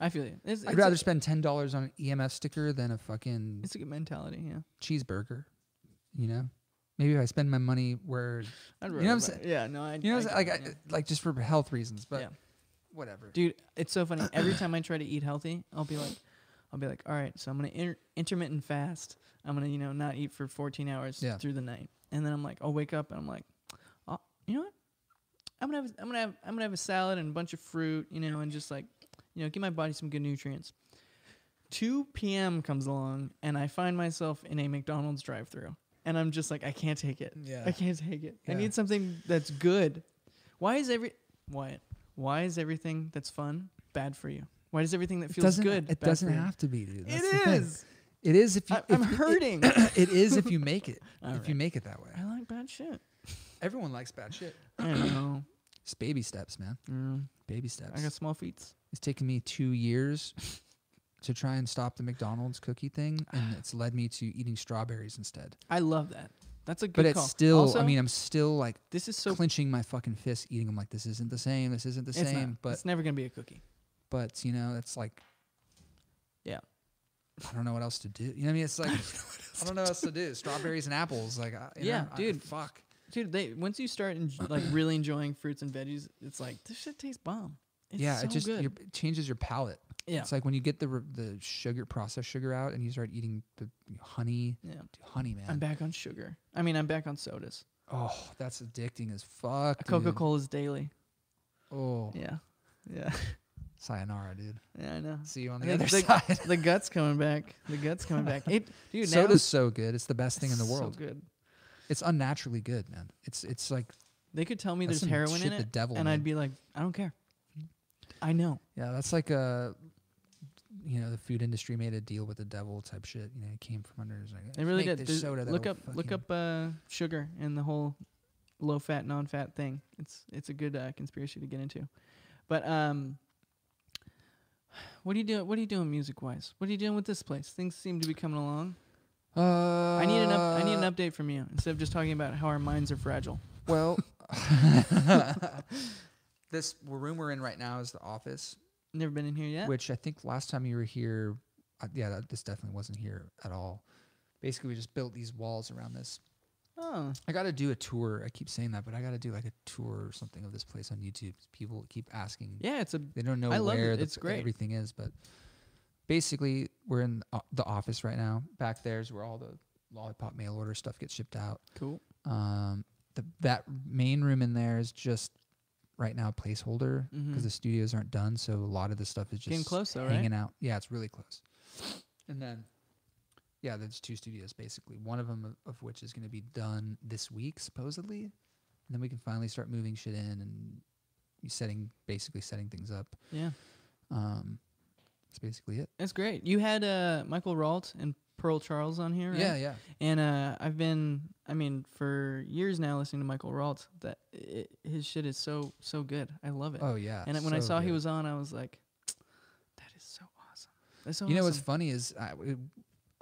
I feel you. It's,
I'd
it's
rather
A,
spend ten dollars on an EMF sticker than a fucking
it's a good mentality. Yeah.
cheeseburger. You know, maybe if I spend my money where
I'd
You know
rather
what I'm
buy-
saying?
Yeah. No. I,
you know,
I
what I'm
get
saying? like
that,
I,
yeah.
like just for health reasons, but
Yeah.
whatever.
dude, it's so funny. Every time I try to eat healthy, I'll be like, I'll be like, all right, so I'm gonna inter- intermittent fast. I'm gonna, you know, not eat for 14 hours
Yeah.
through the night, and then I'm like, I'll wake up and I'm like, oh, you know what? I'm gonna have, I'm gonna have, I'm gonna have a salad and a bunch of fruit, you know, and just like, you know, give my body some good nutrients. 2 p.m. comes along, and I find myself in a McDonald's drive-through, and I'm just like, I can't take it.
Yeah.
I can't take it. I
Yeah.
need something that's good. Why is every Wyatt? Why is everything that's fun bad for you? Why does everything that
It
feels
doesn't.
good?
it
bad
doesn't
for you?
have to be, dude. That's the
It
thing.
is.
It is if you.
I,
if
I'm
you- it-
hurting.
it is if you make it. if
All
you
right.
make it that way.
I like bad shit.
Everyone likes bad shit.
I don't know.
It's baby steps, man.
Mm,
Baby steps.
I got small feet.
It's taken me two years to try and stop the McDonald's cookie thing, and it's led me to eating strawberries instead.
I love that. That's a good
But it's
call.
still.
Also,
I mean, I'm still like
this is so.
clenching my fucking fist, eating them like this isn't the same. This isn't the
it's
same.
not-
But
it's never gonna be a cookie.
but you know, it's like,
Yeah.
I don't know what else to do. You know what I mean? It's like I don't know what else to do. Strawberries and apples, like I, you
Yeah,
know, I-
dude.
fuck.
Dude, they once you start en- like really enjoying fruits and veggies, it's like this shit tastes bomb. It's
yeah,
so
it just
good.
your- it changes your palate.
yeah,
It's like when you get the r- the sugar processed sugar out and you start eating the honey,
yeah.
dude, honey man.
I'm back on sugar. I mean, I'm back on sodas.
Oh, that's addicting as fuck. dude.
Coca Cola's daily.
Oh,
Yeah, yeah,
sayonara, dude.
yeah. I know.
See you on
I
the
think
other
the-
side.
The guts coming back. The guts coming back. It, dude. now
Soda's so good. It's the best thing in the
it's so
world.
good.
it's unnaturally good, man. It's it's like
They could tell me
That's
there's
some
heroin
shit
in
the
it,
devil Mm-hmm.
and I'd
made.
be like, I don't care. I know.
Yeah, that's like a, you know, the food industry made a deal with the devil type shit. You know, it came from under. It was like,
They
"Let's
really
make
did.
this
There's-
soda
look up,
that'll
look
fucking-"
up uh, sugar and the whole low fat, non fat thing. It's it's a good uh, conspiracy to get into. But um, what are you doing? What are you doing music wise? What are you doing with this place? Things seem to be coming along.
Uh,
I need an up, I need an update from you instead of just talking about how our minds are fragile.
Well, this room we're in right now is the office,
Never been in here yet.
which I think last time you were here, uh, yeah, that, this definitely wasn't here at all. Basically, we just built these walls around this.
Oh,
I got to do a tour. I keep saying that, but I got to do like a tour or something of this place on YouTube. People keep asking
yeah, it's a
They don't know
I love
where
it.
the
It's great.
everything is, but basically we're in o- the office right now. Back there's where all the lollipop mail order stuff gets shipped out.
cool.
Um, the, that main room in there is just right now placeholder because
Mhm.
the studios aren't done. So a lot of the stuff is just
Getting close though, right?
hanging out. Yeah, it's really close. And then, yeah, there's two studios basically. One of them of, of which is going to be done this week supposedly, and then we can finally start moving shit in and setting basically setting things up.
Yeah,
Um, that's basically it.
that's great. You had uh, Michael Ralt and Pearl Charles on here, right?
Yeah, yeah.
And uh, I've been, I mean, for years now listening to Michael Ralt. That i his shit is so so good. I love it.
Oh yeah.
and when I
so
saw he
good.
was on, I was like, that is so awesome. That's so
you know what's
awesome.
funny is I, it,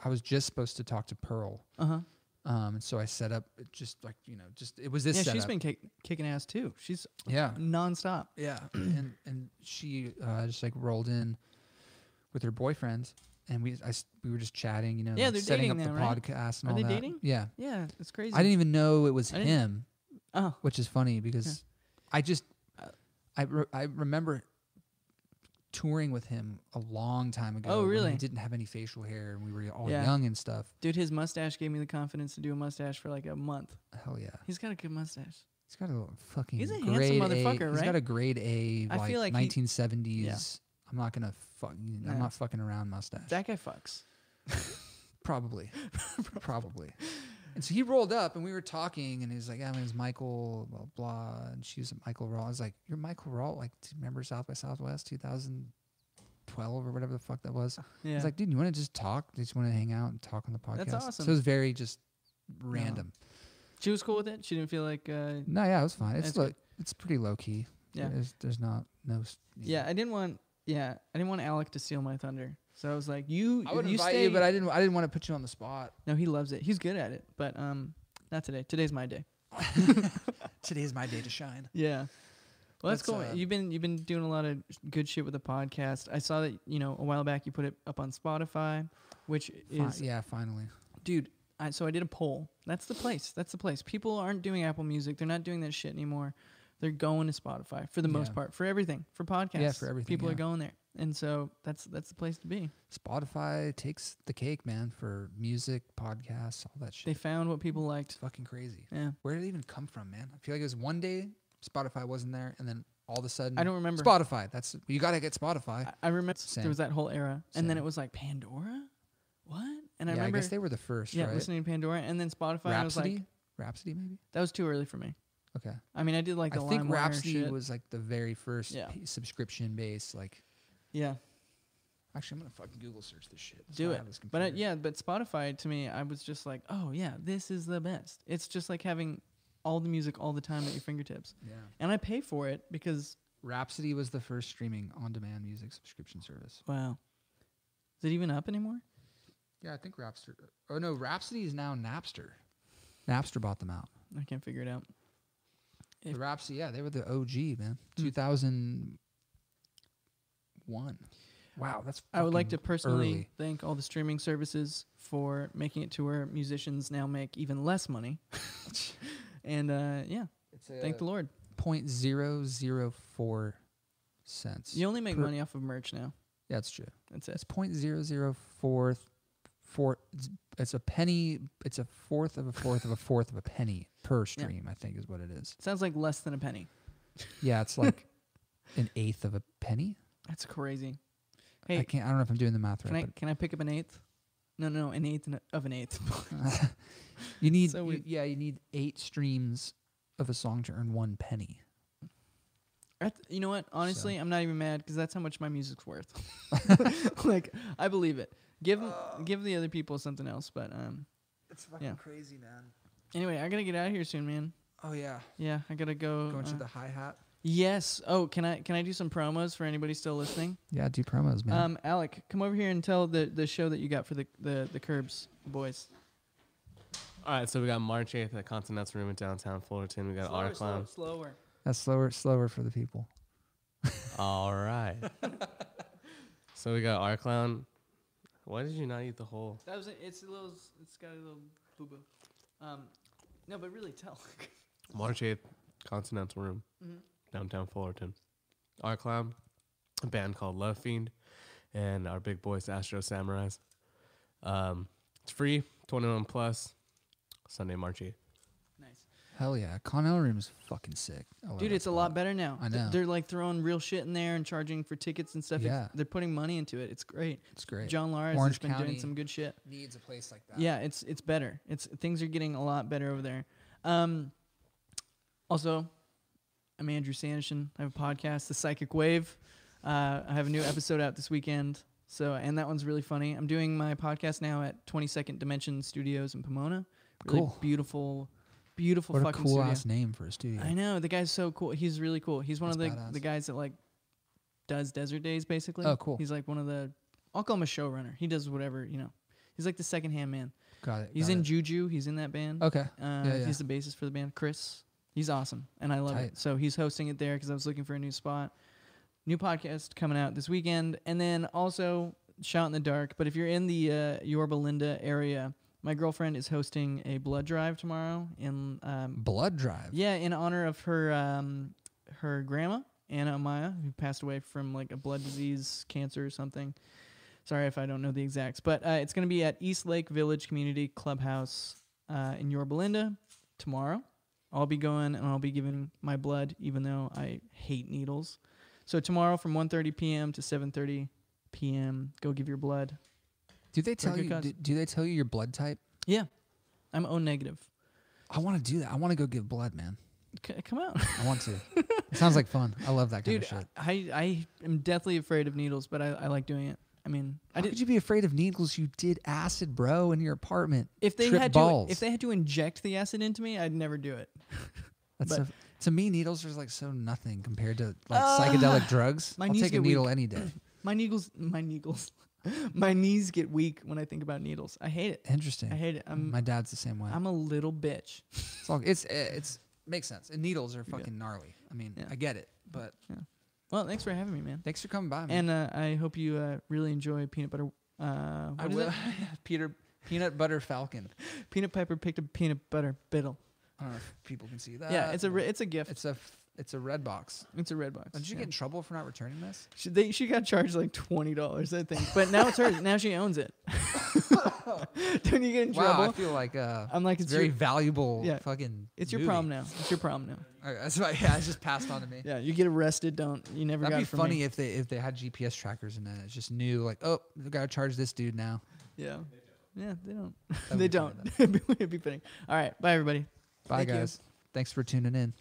I was just supposed to talk to Pearl,
Uh huh.
um, and so I set up it just like you know, just it was this.
Yeah,
setup.
she's been kick, kicking ass too. She's
Yeah,
nonstop.
yeah, and and she uh, just like rolled in with her boyfriend, and we I s we were just chatting, you know,
Yeah,
like,
they're
setting up
dating
the
now, right?
podcast and
Are
all
they
that.
dating?
Yeah,
Yeah, it's crazy.
I didn't even know it was
I didn't-
him,
Oh,
which is funny because I just I re- I remember touring with him a long time ago.
Oh,
when
really?
He didn't have any facial hair, and we were all
Yeah.
young and stuff.
dude, his mustache gave me the confidence to do a mustache for like a month.
Hell yeah.
He's got a good mustache.
He's got a fucking.
He's a handsome
grade
motherfucker,
a, He's got
right?
a grade A,
I
like,
feel like he-
1970s. I'm not gonna fuck.
No.
I'm not fucking around mustache.
That guy fucks.
probably, probably. And so he rolled up, and we were talking, and he was like, "Yeah, my name's Michael, blah blah." And she was Michael Rawl. I was like, "You're Michael Rawl, like do you remember South by Southwest 2012 or whatever the fuck that was."
Yeah.
He's like, "Dude, you want to just talk? Do you just want to hang out and talk on the podcast?"
That's
So
awesome.
it was very just random.
she was cool with it. She didn't feel like. Uh,
No, yeah, it was fine. It's
That's
lo-
good.
it's pretty low key.
Yeah.
there's, there's not no. s-
yeah, I didn't want. Yeah, I didn't want Alec to steal my thunder. So I was like, you.
I would
you
invite
stay.
you, but I didn't. I didn't want to put you on the spot.
No, he loves it. He's good at it. But um, not today. Today's my day.
Today's my day to shine.
Yeah. Well, that's
That's,
cool.
uh,
you've been you've been doing a lot of good shit with the podcast. I saw that you know a while back you put it up on Spotify, which is
yeah, finally.
dude I, so i did a poll that's the place that's the place people aren't doing apple music they're not doing that shit anymore they're going to spotify for the most
Yeah.
part for everything for podcasts
for everything,
people are
yeah.
going there and so that's that's the place to be
Spotify takes the cake, man, for music, podcasts, all that shit.
they found what people
it's
liked
fucking crazy.
yeah
Where did it even come from, man? I feel like it was one day Spotify wasn't there, and then all of a sudden,
i don't remember
Spotify. That's you gotta get Spotify.
I, I remember
Same.
there was that whole era and then
Same.
it was like pandora what and i
yeah,
remember
I guess they were the first,
yeah
right?
listening to pandora and then spotify and i was
Rhapsody,
like
Rhapsody, maybe.
that was too early for me
Okay,
i mean i did like the
I think
LimeWire
Rhapsody
shit.
was like the very first
Yeah.
p- subscription based. Like,
yeah
actually, I'm gonna fucking Google search this shit. That's
Do
why I
it.
have this
But uh, I,
computer.
yeah, but Spotify to me, I was just like, oh yeah, this is the best. It's just like having all the music all the time at your fingertips,
yeah.
and I pay for it because
Rhapsody was the first streaming on-demand music subscription service.
wow, is it even up anymore?
Yeah, I think Rhapsody. Oh no, Rhapsody is now Napster. Napster bought them out.
I can't figure it out. If- Hmm.
the Rhapsody, yeah, they were the OG man. Two thousand one. Wow, that's.
I would like to
fucking
personally
early.
thank all the streaming services for making it to where musicians now make even less money, and uh, yeah,
It's a uh,
thank the Lord.
point zero zero four cents.
You only make
per-
money off of merch now.
yeah, it's true.
That's it.
It's point zero zero four th- four. It's, it's a penny. It's a fourth of a fourth of a fourth of a penny per stream. I think is what it is.
Sounds like less than a penny.
Yeah, it's like an eighth of a penny.
That's crazy.
I
Hey,
can't. I don't know if I'm doing the math
Can I
right.
can I pick up an eighth? No, no, an eighth and a- of an eighth.
but you need.
So
you-
weird.
yeah, you need eight streams of a song to earn one penny.
I th- you know what? Honestly, I'm not even mad because that's how much my music's worth. like I believe it. Give 'em- give the other people something else. But um,
It's fucking
Yeah.
crazy, man.
anyway, I gotta get out of here soon, man.
Oh yeah,
Yeah, I gotta go.
going to
uh,
the hi hat.
yes. Oh, can I can I do some promos for anybody still listening?
Yeah, do promos, man.
Um, Alec, come over here and tell the the show that you got for the the the Curbs boys.
All right, so we got March 8th at Continental Room in downtown Fullerton. We got Art Clown.
slower.
That's slower, slower for the people.
All right. so we got Art Clown. Why did you not eat the whole?
That was it. It's a little. It's got a little boo boo. Um, no, but really tell.
March 8th, Continental Room, downtown Fullerton. Art Clown, a band called Love Fiend, and our big boys, Astro Samurais. Um, it's free, 21 plus, Sunday, March 8th.
nice.
Hell yeah, Continental Room is fucking sick. I love
Dude,
that
it's a
spot.
lot better now.
I
Th-
know.
They're like throwing real shit in there and charging for tickets and stuff. It's-
Yeah.
They're putting money into it. It's great.
It's great.
John Lars has
Orange
been doing
County.
some good shit.
needs a place like that.
Yeah, it's it's better. It's things are getting a lot better over there. Um, also, I'm Andrew Sanderson. I have a podcast, The Psychic Wave. Uh, I have a new episode out this weekend. So, and that one's really funny. I'm doing my podcast now at 22nd Dimension Studios in Pomona. Really
Cool.
beautiful, beautiful
What a
fucking
cool
studio.
ass name for a studio.
I know the guy's so cool. He's really cool. He's one
That's
of the
badass.
the guys that like does Desert Days basically.
Oh, cool.
He's like one of the I'll call him a showrunner. He does whatever you know. He's like the second hand man.
Got it.
He's
got
in
it.
Juju. He's in that band.
Okay.
Uh,
yeah, yeah.
He's the bassist for the band. Chris. He's awesome, and I love it.
Tight.
So he's hosting it there because I was looking for a new spot. New podcast coming out this weekend, and then also Shout in the Dark. But if you're in the uh, Yorba Linda area, my girlfriend is hosting a blood drive tomorrow in um,
Blood Drive.
yeah, in honor of her um, her grandma Anna Amaya, who passed away from like a blood disease, cancer or something. Sorry if I don't know the exacts, but uh, it's going to be at East Lake Village Community Clubhouse uh, in Yorba Linda tomorrow. I'll be going and I'll be giving my blood, even though I hate needles. So tomorrow from 1:30 p.m. to 7:30 p.m. Go give your blood.
Do they tell
good
you?
cause.
Do, do they tell you your blood type?
Yeah, I'm O negative.
I want to do that. I want to go give blood, man.
C- come out.
I want to. it sounds like fun. I love that kind
Dude,
of shit.
I, I am deathly afraid of needles, but I, I like doing it. I mean, I
How
did,
could you be afraid of needles? You did acid, bro, in your apartment.
if they
Trip
had
balls.
to if they had to inject the acid into me, I'd never do it.
That's
but- Uh,
so, to me, needles are like so nothing compared to like psychedelic drugs.
my
I'll
knees
take a
get
needle
weak.
any day.
My needles, my needles, my knees get weak when I think about needles. I hate it. I
Interesting.
hate it. I'm
My dad's the same way.
I'm a little bitch.
It's all, it's eh, it's makes sense. And needles are fucking gnarly. I mean,
Yeah.
I get it, but
Well, thanks for having me, man.
thanks for coming by,
And
man.
uh, I hope you uh, really enjoy peanut butter. Uh,
I
what is
will,
it?
Peter Peanut Butter Falcon.
Peanut Piper picked a peanut butter biddle.
I don't know if people can see that.
yeah, it's a
but
re- it's a gift. It's,
Uh, it's a f- it's a red box.
a red box.
Did you
yeah.
get in trouble for not returning this?
She, they, she got charged like twenty dollars, I think. But now it's hers. now she owns it. Don't you get in
Wow, I
trouble?
feel like uh,
I'm like
it's
it's
very
your,
valuable.
yeah.
fucking.
it's your
movie.
prom now. It's your prom now.
All right, that's right. Yeah, it's just passed on to me.
Yeah, you get arrested. Don't you never
That'd
got
be
it from
funny
Me.
if they if they had GPS trackers and then it's just new like oh we gotta charge this dude now.
Yeah, yeah, they don't.
would
they
be funny,
don't. it'd, be, it'd be funny. All right, bye everybody.
Bye
Thank you.
guys. Thanks for tuning in.